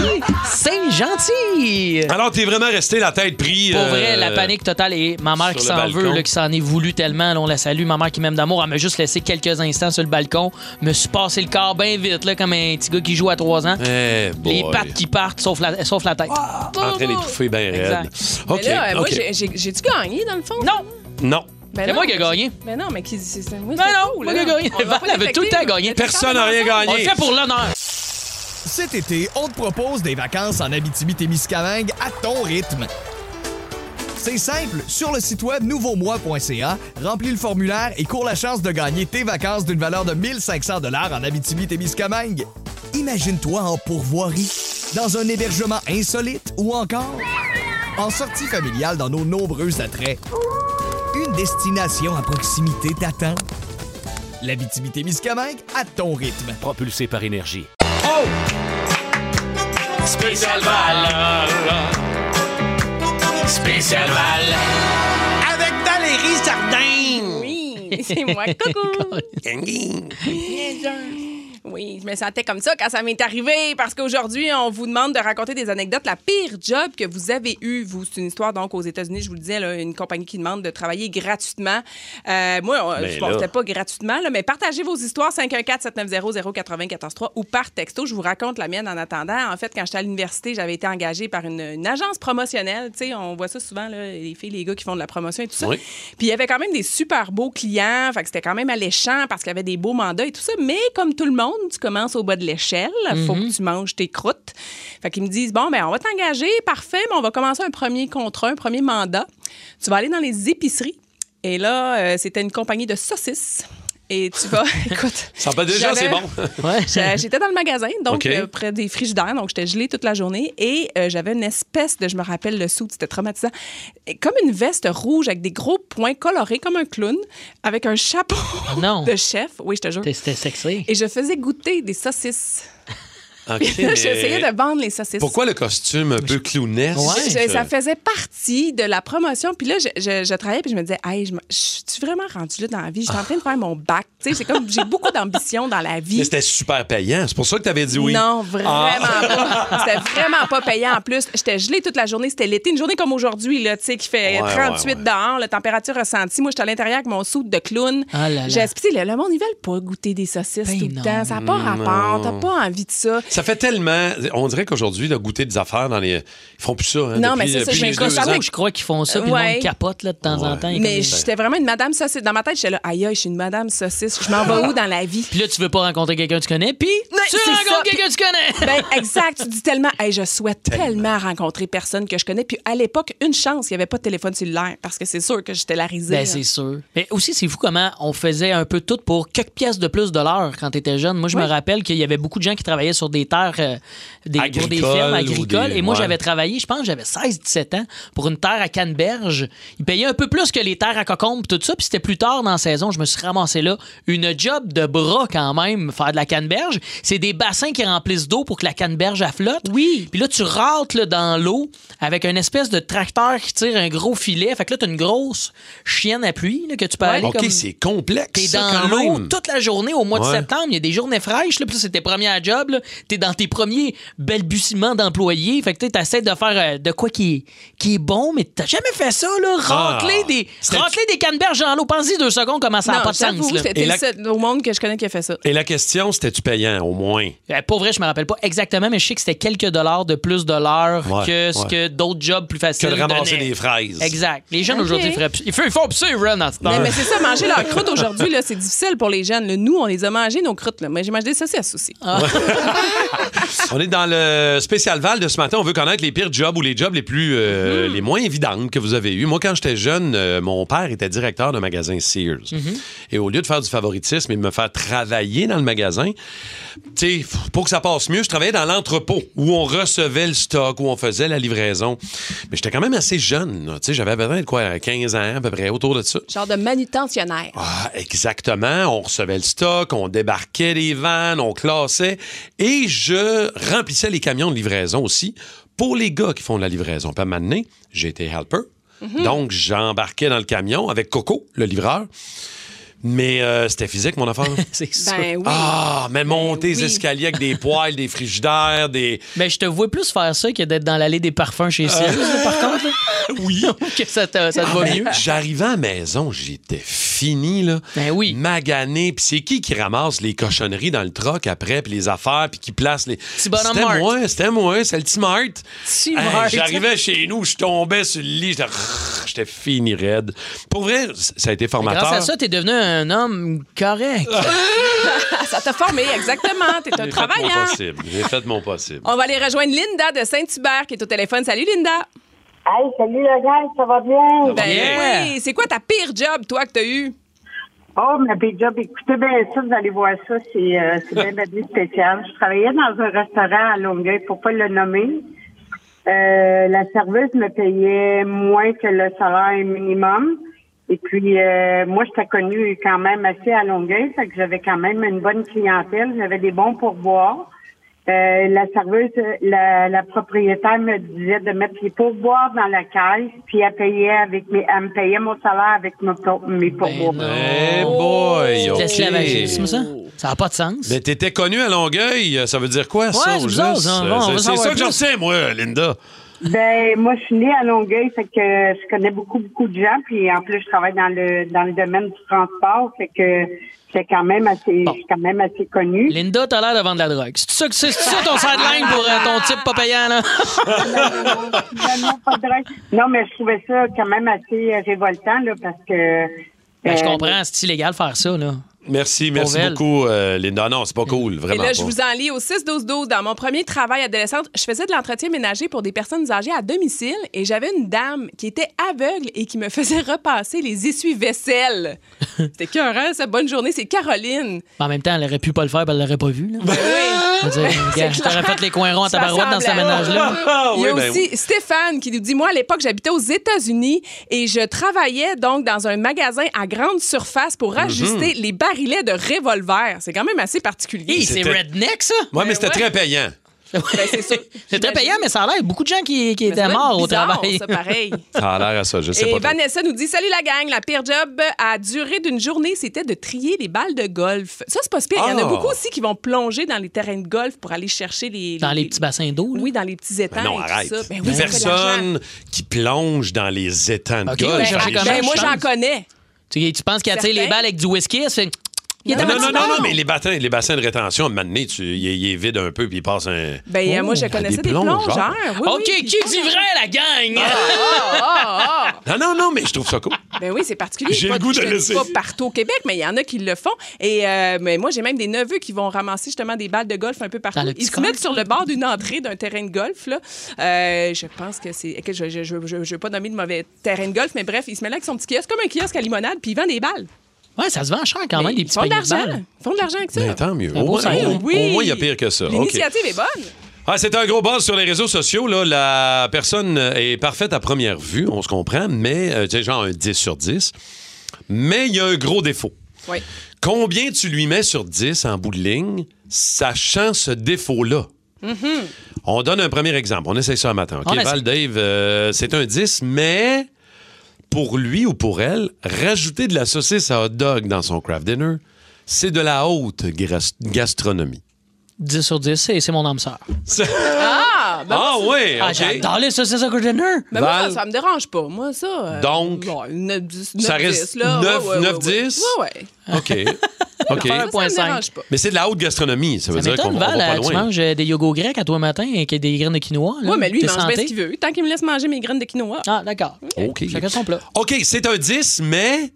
Merci. C'est gentil.
Alors, t'es vraiment resté la tête prise.
Pour
Ah, euh,
vrai, la panique totale et ma mère
sur
qui
le
s'en
balcon.
veut, là, qui s'en est voulu tellement, là, on la salue. Ma mère qui m'aime d'amour, elle m'a juste laissé quelques instants sur le balcon, me suis passé le corps bien vite, là, comme un petit gars qui joue à 3 ans.
Eh,
Les
boy.
pattes qui partent, sauf la, sauf la tête.
Ah.
En train d'étouffer bien raide.
Exact.
OK,
Mais là, euh, moi,
OK.
j'ai- j'ai- j'ai-tu gagné, dans le fond? Ben
Non!
Non.
C'est moi qui ai gagné.
Mais non, mais qui. c'est- c'est- oui,
Ben
c'est
non,
faux,
moi
là.
qui ai gagné.
On va
Val
pas
avait tout le temps
détecter.
gagné.
Personne n'a rien
On le
gagné.
fait pour l'honneur.
Cet été, on te propose des vacances en Abitibi-Témiscamingue à ton rythme. C'est simple, sur le site web nouveaumois.ca, remplis le formulaire et cours la chance de gagner tes vacances d'une valeur de 1500 dollars en Abitibi-Témiscamingue. Imagine-toi en pourvoirie, dans un hébergement insolite ou encore en sortie familiale dans nos nombreux attraits. Une destination à proximité t'attend. L'Abitibi-Témiscamingue à ton rythme.
Propulsé par énergie.
Oh! Spécial Val. Spécial Val.
Avec Valérie Sardin.
Oui, c'est moi. Coucou! Oui, je me sentais comme ça quand ça m'est arrivé parce qu'aujourd'hui, on vous demande de raconter des anecdotes. La pire job que vous avez eue, vous, c'est une histoire donc aux États-Unis, je vous le disais, là, une compagnie qui demande de travailler gratuitement. Euh, moi, on-
Mais
je ne
là.
c'était pas gratuitement, là, mais partagez vos histoires 514-790-0943 ou par texto. Je vous raconte la mienne en attendant. En fait, quand j'étais à l'université, j'avais été engagée par une, une agence promotionnelle. Tu sais, on voit ça souvent, là, les filles, les gars qui font de la promotion et tout ça.
Oui.
Puis il y avait quand même des super beaux clients, fait que c'était quand même alléchant parce qu'il y avait des beaux mandats et tout ça. Mais comme tout le monde, tu commences au bas de l'échelle, faut
Mhm.
que tu manges tes croûtes. Fait qu'ils me disent bon ben on va t'engager, parfait, mais on va commencer un premier contrat, un premier mandat. Tu vas aller dans les épiceries et là euh, c'était une compagnie de saucisses. Et tu vas, écoute.
Ça va déjà, c'est
j'avais-
bon.
J'a- euh, J'étais dans le magasin, donc
OK.
euh, près des frigidaires, donc j'étais gelée toute la journée et euh, j'avais une espèce de, je me rappelle le sou, c'était traumatisant, Et comme une veste rouge avec des gros points colorés comme un clown, avec un chapeau
Ah
de chef. Oui, je te jure.
C'était sexy.
Et je faisais goûter des saucisses.
OK, mais-
J'essayais de vendre les saucisses.
Pourquoi le costume un peu clownesque?
Je- je- ça faisait partie de la promotion. Puis là, je, je- je travaillais puis je me disais, hey, je, me- je suis vraiment rendue là dans la vie. Je suis en train de faire mon bac. Tu sais, c'est comme j'ai beaucoup d'ambition dans la vie.
Mais c'était super payant. C'est pour ça que t'avais dit oui.
Non, vraiment
Ah.
pas. C'était vraiment pas payant en plus. J'étais gelée toute la journée. C'était l'été, une journée comme aujourd'hui, là, tu sais, qui fait
Ouais, ouais,
38 dehors, la température ressentie. Moi, j'étais à l'intérieur avec mon soude de clown.
Ah là là.
J'ai aspiré, le, le monde, ils veulent pas goûter des saucisses tout le temps. Ça n'a pas
Non.
rapport. T'as pas envie de ça.
Ça fait tellement. On dirait qu'aujourd'hui, là, goûter des affaires dans les. Ils font plus ça. Hein,
Non,
depuis-
mais c'est ça,
depuis
je
les
me
deux
constate
ans.
que
Je crois qu'ils font ça, puis le
Ouais.
monde capote là, de temps en temps. Il est
Mais
comme-
j'étais vraiment une madame saucisse. Dans ma tête, j'étais là, aïe, aïe, je suis une madame saucisse. Je m'en vais où dans la vie?
Puis là, tu veux pas rencontrer quelqu'un que tu connais, puis tu
c'est ça.
rencontres quelqu'un que tu connais.
Ben, exact. Tu dis tellement, hey, je souhaite tellement rencontrer personne que je connais. Puis à l'époque, une chance, il n'y avait pas de téléphone cellulaire parce que c'est sûr que j'étais la risée.
Ben, c'est sûr. Mais aussi, c'est fou comment on faisait un peu tout pour quelques pièces de plus de l'heure quand t'étais jeune. Moi, je me
Oui.
rappelle qu'il y avait beaucoup de gens qui travaillaient sur des terres, euh, des, pour des
Agricoles
fermes
ou
agricoles.
des-
Et moi,
ouais.
j'avais travaillé, je pense, que j'avais 16-17 ans pour une terre à Canneberge. Ils payaient un peu plus que les terres à Cocombe, tout ça. Puis c'était plus tard dans la saison, je me suis ramassé là. Une job de bras quand même, faire de la Canneberge. C'est des bassins qui remplissent d'eau pour que la Canneberge elle flotte. Oui. Puis là, tu rentres là, dans l'eau avec une espèce de tracteur qui tire un gros filet. Fait que là, t'as une grosse chienne à pluie là, que tu peux aller
OK,
comme-
c'est complexe.
T'es
ça,
dans
quand
l'eau
même.
toute la journée au mois
Ouais.
de septembre. Il y a des journées fraîches. Là, puis là, c'est tes premiers à job. là. T'es dans tes premiers balbutiements d'employés. Fait que tu essaies de faire euh, de quoi qui est, qui est bon, mais t'as jamais fait ça, là.
Ah.
Racler des,
C'était-
racler des canneberges dans l'eau. Pense-y deux secondes comment ça n'a
Non,
pas de sens.
j'avoue,
là.
c'était
Et
le
la- Ah.
seul au monde que je connais qui a fait ça.
Et la question, c'était-tu payant, au moins?
Euh, Pour vrai, je me rappelle pas exactement, mais je sais que c'était quelques dollars de plus de l'heure
Ouais,
que ce
ouais.
que d'autres jobs plus
Que
faciles.
de ramasser
donnaient.
des fraises.
Exact. Les jeunes
Ok.
aujourd'hui feraient plus- ils font- ils font plus ça, ils run à cette
Mais,
heure.
mais c'est ça, manger leur croûte aujourd'hui, là, c'est difficile pour les jeunes. là. Nous, on les a mangés, nos croûtes. Là. Mais j'ai mangé des saucisses aussi.
Ah.
On est dans le spécial Val de ce matin. On veut connaître les pires jobs ou les jobs les plus euh, les moins évidentes que vous avez eus. Moi, quand j'étais jeune, euh, mon père était directeur de magasin Sears. Et au lieu de faire du favoritisme et de me faire travailler dans le magasin, tu sais, pour que ça passe mieux, je travaillais dans l'entrepôt où on recevait le stock, où on faisait la livraison. Mais j'étais quand même assez jeune. là. Tu sais, J'avais peut-être quoi, 15 ans à peu près, autour de ça.
Genre de manutentionnaire.
Ah, exactement. On recevait le stock, on débarquait les vannes, on classait et je remplissais les camions de livraison aussi pour les gars qui font de la livraison. Pas maintenant, j'étais helper.
Mhm.
Donc, j'embarquais dans le camion avec Coco, le livreur. Mais euh, c'était physique, mon affaire.
C'est
sûr. Ben oui.
Ah, mais monter les
oui.
escaliers avec des poêles, des frigidaires, des.
Mais je te vois plus faire ça que d'être dans l'allée des parfums
Euh.
chez Sears, là, par contre.
Oui.
que ça te, ça te
Ah,
va
mais
ben,
mieux.
J'arrivais à la maison, j'étais fini, là.
Ben oui.
Magané. Puis c'est qui qui ramasse les cochonneries dans le troc après, puis les affaires, puis qui place les.
bonhomme
C'était
Mart.
moi, c'était moi, c'est le petit Mart.
Petit
Hey,
Mart.
J'arrivais chez nous, je tombais sur le lit, j'étais j'étais fini raide. Pour vrai, c- ça a été formateur.
Ben, Grâce à ça, t'es devenu un homme correct.
Oh, Ça t'a formé, exactement. T'es un
J'ai fait mon
hein?
travaillant.
possible. J'ai fait mon possible.
Oh.
On va aller rejoindre Linda de Saint-Hubert qui est au téléphone. Salut, Linda.
Hey, Ah. salut le gars, ça va bien?
Ben
bien.
oui, c'est quoi ta pire job, toi, que t'as eu?
Oh, ma big job. Écoutez bien ça, vous allez voir ça. C'est euh, c'est bien, bien, bien spécial. Je travaillais dans un restaurant à Longueuil, pour pas le nommer. Euh, la serveuse me payait moins que le salaire minimum. Et puis, euh, moi, j'étais connue quand même assez à Longueuil, fait que j'avais quand même une bonne clientèle. J'avais des bons pourboires. Euh, la serveuse, la, la propriétaire me disait de mettre les pourboires dans la caisse, puis elle payait avec mes, elle me payait mon salaire avec mes, pour- mes
Ben,
pourboires.
Hey Eh boy, Ben,
C'est
OK.
esclavagisme, ça? Oh, Ça n'a pas de sens.
Mais t'étais connu à Longueuil, euh, ça veut dire quoi, ça,
Ouais,
au
c'est
juste?
bizarre, ça. Bon, on
Euh,
va
c'est-
savoir
C'est ça que
plus.
j'en retiens, moi, Linda.
Ben, moi, je suis née à Longueuil, fait que je connais beaucoup, beaucoup de gens, puis en plus, je travaille dans le, dans le domaine du transport, fait que c'est quand même assez, je suis quand même assez connue.
Linda, t'as l'air de vendre de la drogue. C'est ça, que- c'est c'est ça ton sideline pour euh, ton type pas payant, là?
Euh,
Non, non, pas de drogue. Non, mais je trouvais ça quand même assez révoltant, là, parce que.
Ben, je
euh,
comprends, c'est illégal de faire ça, là.
Merci, merci
Pauvre elle.
beaucoup, euh, Linda. Non, c'est pas cool,
Et
vraiment
là,
pas.
je vous en lis au 6-12-12. Dans mon premier travail adolescente, je faisais de l'entretien ménager pour des personnes âgées à domicile et j'avais une dame qui était aveugle et qui me faisait repasser les essuie-vaisselle. C'était cœur, ça. Bonne journée, c'est Caroline.
Mais en même temps, elle aurait pu pas le faire, puis elle l'aurait pas vu, là. Je veux dire, regarde,
Ben, clair. Ah,
T'aurais fait les coins ronds à ta barouette dans ce
ressemble à-
ménage-là.
Il y a
Oui, ben
aussi
oui.
Stéphane qui nous dit Moi, à l'époque, j'habitais aux États-Unis et je travaillais donc dans un magasin à grande surface
Mhm.
pour ajuster les barilets de revolver. C'est quand même assez particulier.
Hi, c'est
C'était-
redneck, ça?
Ouais, mais c'était très payant.
Ben, c'est ça.
C'est très payant, mais ça a l'air. Beaucoup de gens qui, qui
Mais ça
étaient
doit être
morts au
bizarre,
travail.
ça, pareil.
Ça a l'air à ça, je sais pas.
Et
trop.
Vanessa nous dit Salut la gang, la pire job à durée d'une journée, c'était de trier les balles de golf. Ça, c'est pas si pire. Il y en
Ah.
a beaucoup aussi qui vont plonger dans les terrains de golf pour aller chercher les.
Dans les petits bassins d'eau, là.
Oui, dans les petits
Ben
étangs.
non,
et tout
arrête.
ça. Ben oui, ça fait de l'argent.
Personne qui plonge dans les étangs de
Ok,
golf. j'en ai
ben, j'en
jamais-
connais.
Ben, moi, j'en
chance.
connais.
Tu, tu penses qu'il attire les
Certain.
balles avec du whisky? Ça fait... Il est
Non,
à
non,
moitié
non, non,
mort.
mais les bassins, les bassins de rétention, à un moment donné, tu- il est- il est vide un peu, puis il passe un...
Ben, euh, moi, je
Oh,
connaissais
des
des plongeurs.
plongeurs.
Oui,
OK,
oui,
qui
puis-
dit vrai, la gang?
Ah, ah,
Non, non, non, mais je trouve ça cool.
ah. Ben oui, c'est particulier.
J'ai
Pas-
le goût de
je
laisser.
dis Pas partout au Québec, mais il y en a qui le font. Et euh, mais moi, j'ai même des neveux qui vont ramasser justement des balles de golf un peu partout.
Dans le petit
Ils se
coin.
mettent sur le bord d'une entrée d'un terrain de golf. Là. Euh, je pense que c'est. que Je ne je, je, je veux pas nommer de mauvais terrain de golf, mais bref, il se met là avec son petit kiosque, comme un kiosque à limonade, puis il vend des balles.
Ouais, ça se vend cher quand Ah, même,
Mais
des
ils
petits
font de
paquets de
l'argent.
balles.
Ils font de l'argent avec ça.
Mais tant mieux.
Un
Au
beau
moins,
salaire.
au- au moins, il y a pire que ça. OK.
L'initiative est bonne.
Ah, c'est un gros buzz sur les réseaux sociaux. Là. La personne est parfaite à première vue, on se comprend, mais euh, tu sais, genre un 10 sur 10. Mais il y a un gros défaut.
Oui.
Combien tu lui mets sur 10 en bout de ligne, sachant ce défaut-là? On donne un premier exemple. On essaie ça un matin.
Mm-hmm. On
OK,
essaie.
Val Dave, euh, c'est un 10, mais pour lui ou pour elle, rajouter de la saucisse à hot dog dans son craft dinner, c'est de la haute gras- gastronomie.
10 sur 10, c'est c'est mon âme sœur.
Ah, ben
Ah oui,
Ah,
OK.
j'adore les saucisses au dinner.
Mais moi,
Val.
ça me dérange pas. Moi, ça. euh,
Donc,
ouais, 9, 10,
ça
9,
reste
10, là.
9,
ouais, ouais,
9,
ouais,
10?
Ouais, ouais.
OK. OK.
Faire un
Ça, ça
1,5.
me dérange pas.
Mais c'est de la haute gastronomie. Ça veut
Ça
dire qu'on
m'étonne,
va
Val,
pas
euh, tu
loin.
manges euh, des yogos grecs à toi matin avec des graines de quinoa. là.
Oui, mais lui,
Hum,
il
T'es
mange bien
santé.
ce qu'il veut. Tant qu'il me laisse manger mes graines de quinoa.
Ah, d'accord.
OK.
Chacun son plat.
OK, c'est un 10, mais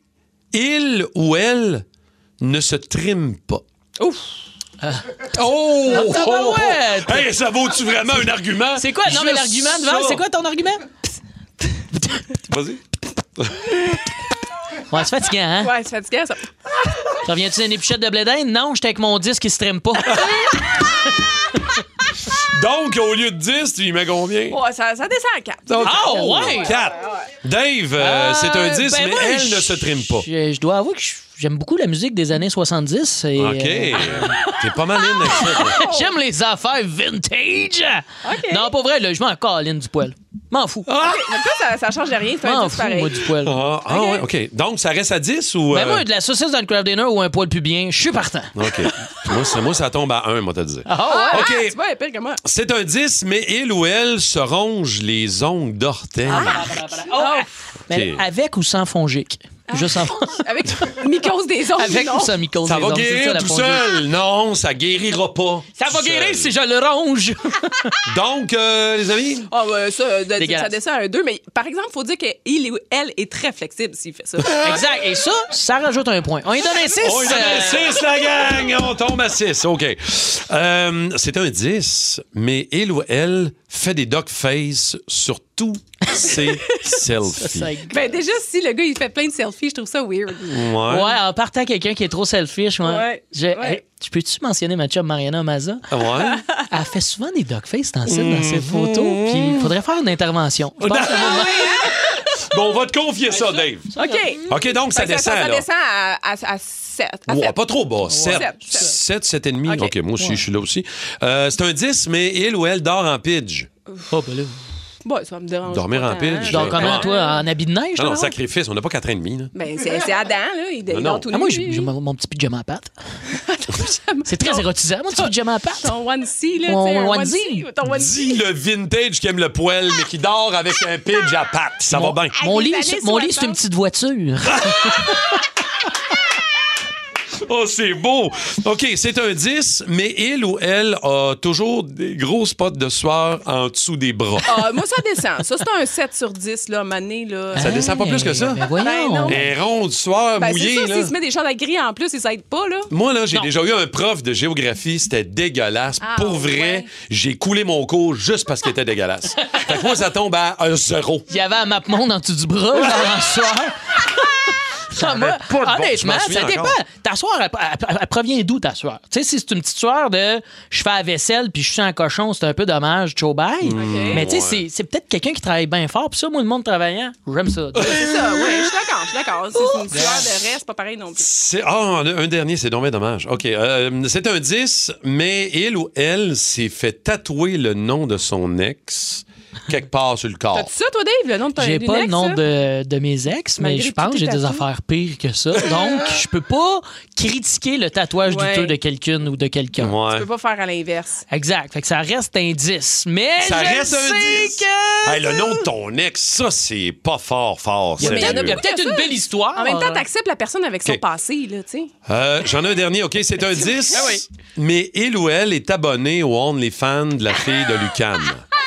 il ou elle ne se trime pas. Ah.
Ouf!
Oh!
tabarouette!
Hey, ça vaut-tu vraiment un argument?
C'est quoi? Non, mais
Juste
l'argument de Val,
ça.
c'est quoi ton argument?
Vas-y.
Ouais, c'est fatigant, hein?
Ouais, c'est fatigant, ça.
Reviens-tu d'une épichette de blé d'Inde? Non, j'étais avec mon disque qui se trime pas.
Donc, au lieu de 10, tu y mets combien?
Ouais, ça, ça descend à 4.
Donc,
Ah, ouais!
4. Dave, euh, c'est un 10,
ben
mais
moi,
elle
je-
ne se trime pas.
Je, je dois avouer que je- j'aime beaucoup la musique des années 70. Et,
OK.
euh,
T'es pas mal in avec ça, toi.
j'aime les affaires vintage. Non, pas vrai, là, je m'en caline du poil. M'en fous.
Mais toi, ça, ça change de rien. Ah! Ben, C'est un
M'en
petit
fous,
pareil.
moi, du poil.
Ah, ah, ouais, OK. Donc, ça reste à 10 ou.
Ben
euh,
moi, de la saucisse dans le crab dinner ou un poil pubien, je suis partant.
OK. moi, ça, moi, ça tombe à 1, moi, t'as dit.
Ah,
OK.
ah, tu vois, elle est pire que moi.
C'est un 10, mais il ou elle se ronge les ongles d'orteil.
Oh. Mais
OK.
avec ou sans fongique? Juste avant.
Avec mycose des ongles.
Avec
Ah. non?
ou sans mycose
Ça
des
va
ongles, c'est
guérir
la
tout
fondue.
seul. Non, ça guérira pas.
Ça va guérir si je le ronge.
Donc, euh, les amis,
Ah, ouais, ça, de-
Dégueulasse.
ça descend à un 2, mais par exemple, faut dire qu'il ou elle est très flexible s'il fait ça.
exact. Et ça, ça rajoute un point. On lui donne un Euh, 6.
Ah. on est à 6, la gang. On tombe à 6. OK. Euh, c'est un 10, mais il ou elle fait des dog face sur tous ses selfies.
Ben, déjà, si le gars, il fait plein de selfies, je trouve ça weird.
Ouais. en partant quelqu'un qui est trop selfish, moi.
Ouais,
Je-
ouais.
Hey, tu peux-tu mentionner ma chum Mariana Maza?
Ah ouais?
Elle fait souvent des dogface dans, ses- dans
Mhm.
ses photos, puis il faudrait faire une intervention. Je pense que-
Ah Bon, on va te confier ça, Dave.
OK.
OK, donc Ah, ça
Fait que
descend,
Ça, ça
là.
descend à, à, 7.
Ouais, pas trop bas. 7,
Sept, sept.
7, 7,5.
Ok.
OK, moi aussi, je suis là aussi. Euh, c'est un 10, mais il ou elle dort en pidge.
Oh, ben là.
Bon, ça va me dérange.
Dormir
pas
en
tant,
pile,
hein.
je
Tu dors comment, toi, en habit de neige?
Non, non,
toi,
sacrifice, on n'a pas 4,5. là.
Ben, c'est c'est Adam, là. Il
Non,
dort
non.
tout
Ah,
nu.
moi, j'ai j'ai mon mon petit pyjama à pattes. C'est très érotisant, mon petit pyjama à pattes.
Ton one C, là.
Mon
tu sais, un
onesie.
onesie, Ton onesie.
Dis le vintage qui aime le poil, mais qui dort avec un pidge à pattes. Ça va bien.
Mon lit,
des
c'est-
années
mon lit, c'est une petite voiture.
Ah, Oh, c'est beau! OK, c'est un 10, mais il ou elle a toujours des gros spots de sueur en dessous des bras.
Ah, moi, ça descend. Ça, c'est un 7 sur 10, là, mané, là.
Ça descend pas plus que ça?
Ben voyons.
Un rond de sueur
Ben, c'est
mouillé,
ça,
là.
s'il se met des chandails gris en plus, et ça aide pas, là.
Moi, là, j'ai
Non.
déjà eu un prof de géographie, c'était dégueulasse.
Ah,
Pour vrai,
ouais.
j'ai coulé mon cours juste parce qu'il était dégueulasse. fait que moi, ça tombe à un zéro.
Il y avait un map monde en dessous du bras, genre en soir. Ah,
pas
moi,
de bon- je m'en
honnêtement,
souviens
ça dépend.
encore.
Ta soeur, elle, elle- elle provient d'où ta soeur? Tu sais, si c'est une petite soeur de je fais la vaisselle puis je suis un cochon, c'est un peu dommage, tchao bye.
Hmm,
Mais tu sais, c'est- c'est peut-être quelqu'un qui travaille bien fort. Puis ça, moi, le monde travaillant, j'aime ça.
C'est ça, ouais, je suis d'accord, je suis d'accord. C'est une sueur de reste, pas pareil non plus.
C'est- Ah, un- un dernier, c'est dommage dommage. OK, euh, c'est un 10, mais il ou elle s'est fait tatouer le nom de son ex quelque part sur le corps.
T'as-tu ça, toi, Dave, le nom de ton
J'ai
d'une
pas le
ex,
nom
là?
de, de mes ex, mais
Malgré
je
tous
pense que
tes
j'ai des
tatous.
affaires pires que ça. Donc, je peux pas critiquer le tatouage
Ouais.
douteux de quelqu'une ou de quelqu'un.
Tu peux pas faire à l'inverse.
Exact. Fait que ça reste un 10. Mais
Ça
Eh,
je
reste un
sais
10.
que...
Hey, le nom de ton ex, ça, c'est pas fort, fort.
Il y a,
sérieux.
peut-être- il y a peut-être une belle histoire.
En même temps, t'acceptes la personne avec
Ok.
son passé, là, tu sais.
Euh, J'en ai un dernier, OK, c'est un
Ah
10, mais il ou elle est abonné au OnlyFans de la fille de Lucan.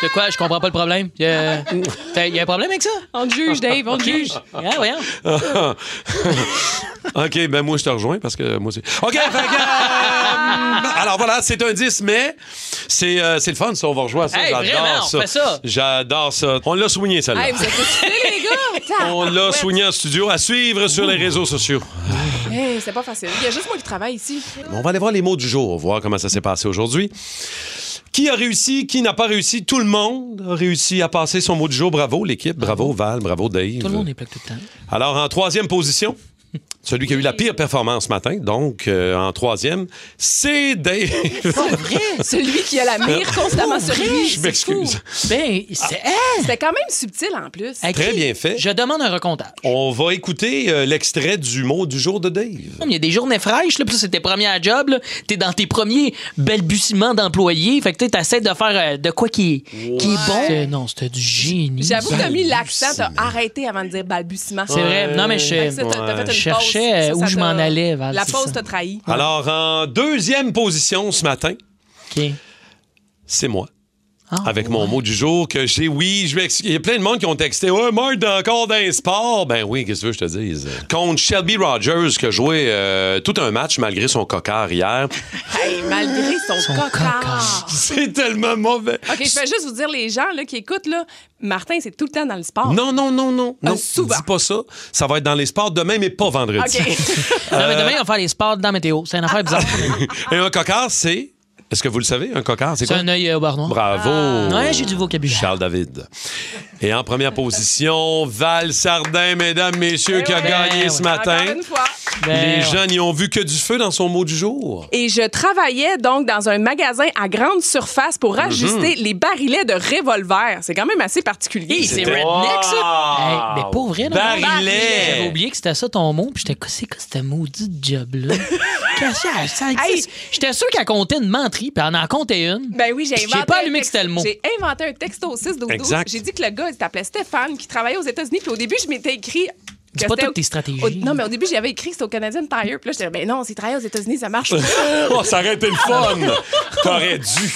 De quoi? Je comprends pas le problème. Il y a, T'as- il y a un problème avec ça?
On te juge, Dave, on te
Ok.
juge.
Ah, voyons.
OK, ben moi, je te rejoins parce que moi, c'est... OK, fait que, euh, Alors voilà, c'est un 10, mais c'est euh, c'est le fun, ça, on va rejoindre ça.
Hey, vraiment,
J'adore
on
ça.
fait ça.
J'adore ça. On l'a soigné, celle-là.
Hey, vous êtes fatigués, les gars?
on l'a soigné en studio. À suivre sur les réseaux sociaux.
Hey, c'est pas facile. Il y a juste moi qui travaille ici.
On va aller voir les mots du jour, voir comment ça s'est passé aujourd'hui. Qui a réussi, qui n'a pas réussi? Tout le monde a réussi à passer son mot du jour. Bravo, l'équipe. Bravo, Val. Bravo, Dave.
Tout le monde est plaque tout le temps.
Alors, en troisième position, celui qui a eu la pire performance ce matin, donc euh, en troisième, c'est Dave.
Celui qui a la mire constamment sur lui.
Je m'excuse. Ah,
Ben, c'est.
C'était quand même subtil en plus.
Hey,
Très
qui-
bien fait.
Je demande un recomptage.
On va écouter euh, l'extrait du mot du jour de Dave.
Il y a des journées fraîches, là, puis ça, c'est tes premiers à job, là. T'es dans tes premiers balbutiements d'employés. Fait que, tu sais, t'essaies de faire euh, de quoi qui, est- qui est bon. C'est- Non, c'était du génie.
J'avoue que t'as mis l'accent, t'as arrêté avant de dire balbutiement.
C'est vrai. Non, mais je,
Fait que ça, t'as- t'as fait
je
une
cherchais
pause. Ça,
euh, où
ça
je
t'a-
m'en allais, Val.
La
c'est
pause
ça.
t'a trahi.
Alors, en deuxième position ce matin,
OK.
c'est moi.
Ah,
avec mon mot du jour que j'ai. Oui, je m'excuse. Il y a plein de monde qui ont texté. Ouais, Mark, t'es encore d'un sport. Ben oui, qu'est-ce que tu veux que je te dise? Contre Shelby Rogers, qui a joué euh, tout un match malgré son cocard hier.
Hey, malgré son, cocard.
C'est tellement mauvais.
OK, je vais juste vous dire, les gens là, qui écoutent, là, Martin, c'est tout le temps dans le sport.
Non, non, non, non.
Euh,
non
souvent.
Dis pas ça. Ça va être dans les sports demain, mais pas vendredi.
OK.
Non, mais demain, on va faire les sports dans la météo. C'est une affaire bizarre.
Ah, Et un cocard, c'est. Est-ce que vous le savez, un cocard, c'est
C'est
quoi?
un œil euh, au bar noir.
Bravo.
Ouais, j'ai du vocabulaire.
Charles David. Et en première position, Val Sardin, mesdames, messieurs, qui a
ouais.
gagné
Ben
ce
ouais.
matin.
Encore une fois.
Les
Ben,
gens n'y ont vu que du feu dans son mot du jour.
Et je travaillais donc dans un magasin à grande surface
Mhm.
pour ajuster les barilets de revolver. C'est quand même assez particulier.
Hey, c'est
C'était- Ah!
redneck, ça!
Wow!
Hey, mais pour vrai, non?
Barillet. Eh.
J'avais oublié que c'était ça ton mot, puis j'étais, c'est quoi ce maudit job-là? Qu'est-ce que ça- ça existe? J'étais sûr qu'elle comptait une menterie, puis elle en comptait une.
Ben oui, j'ai
J'ai
inventé.
pas
un
allumé que
texte-
c'était le mot.
J'ai inventé un texto 6 12
Exact.
J'ai dit que le gars, il s'appelait Stéphane, qui travaillait aux États-Unis. Puis au début, je m'étais écrit
Dis pas toutes tes stratégies.
Au- non, mais au début, j'avais écrit que c'était au Canadian Tire. Puis là, j'étais, ben non, c'est Tire aux États-Unis, ça marche.
oh, ça aurait été le fun. T'aurais dû.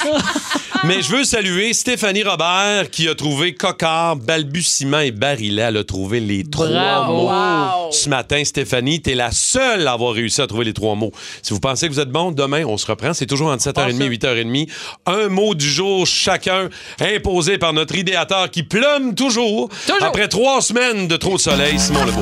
Mais je veux saluer Stéphanie Robert qui a trouvé Cocard, balbutiement et barillet. Elle a trouvé les trois
Bravo.
mots.
Wow.
Ce matin, Stéphanie, t'es la seule à avoir réussi à trouver les trois mots. Si vous pensez que vous êtes bon, demain, on se reprend. C'est toujours entre 7h30 et 8h30. Un mot du jour chacun, imposé par notre idéateur qui plume toujours, après trois semaines de trop de soleil. Simon Lebeau.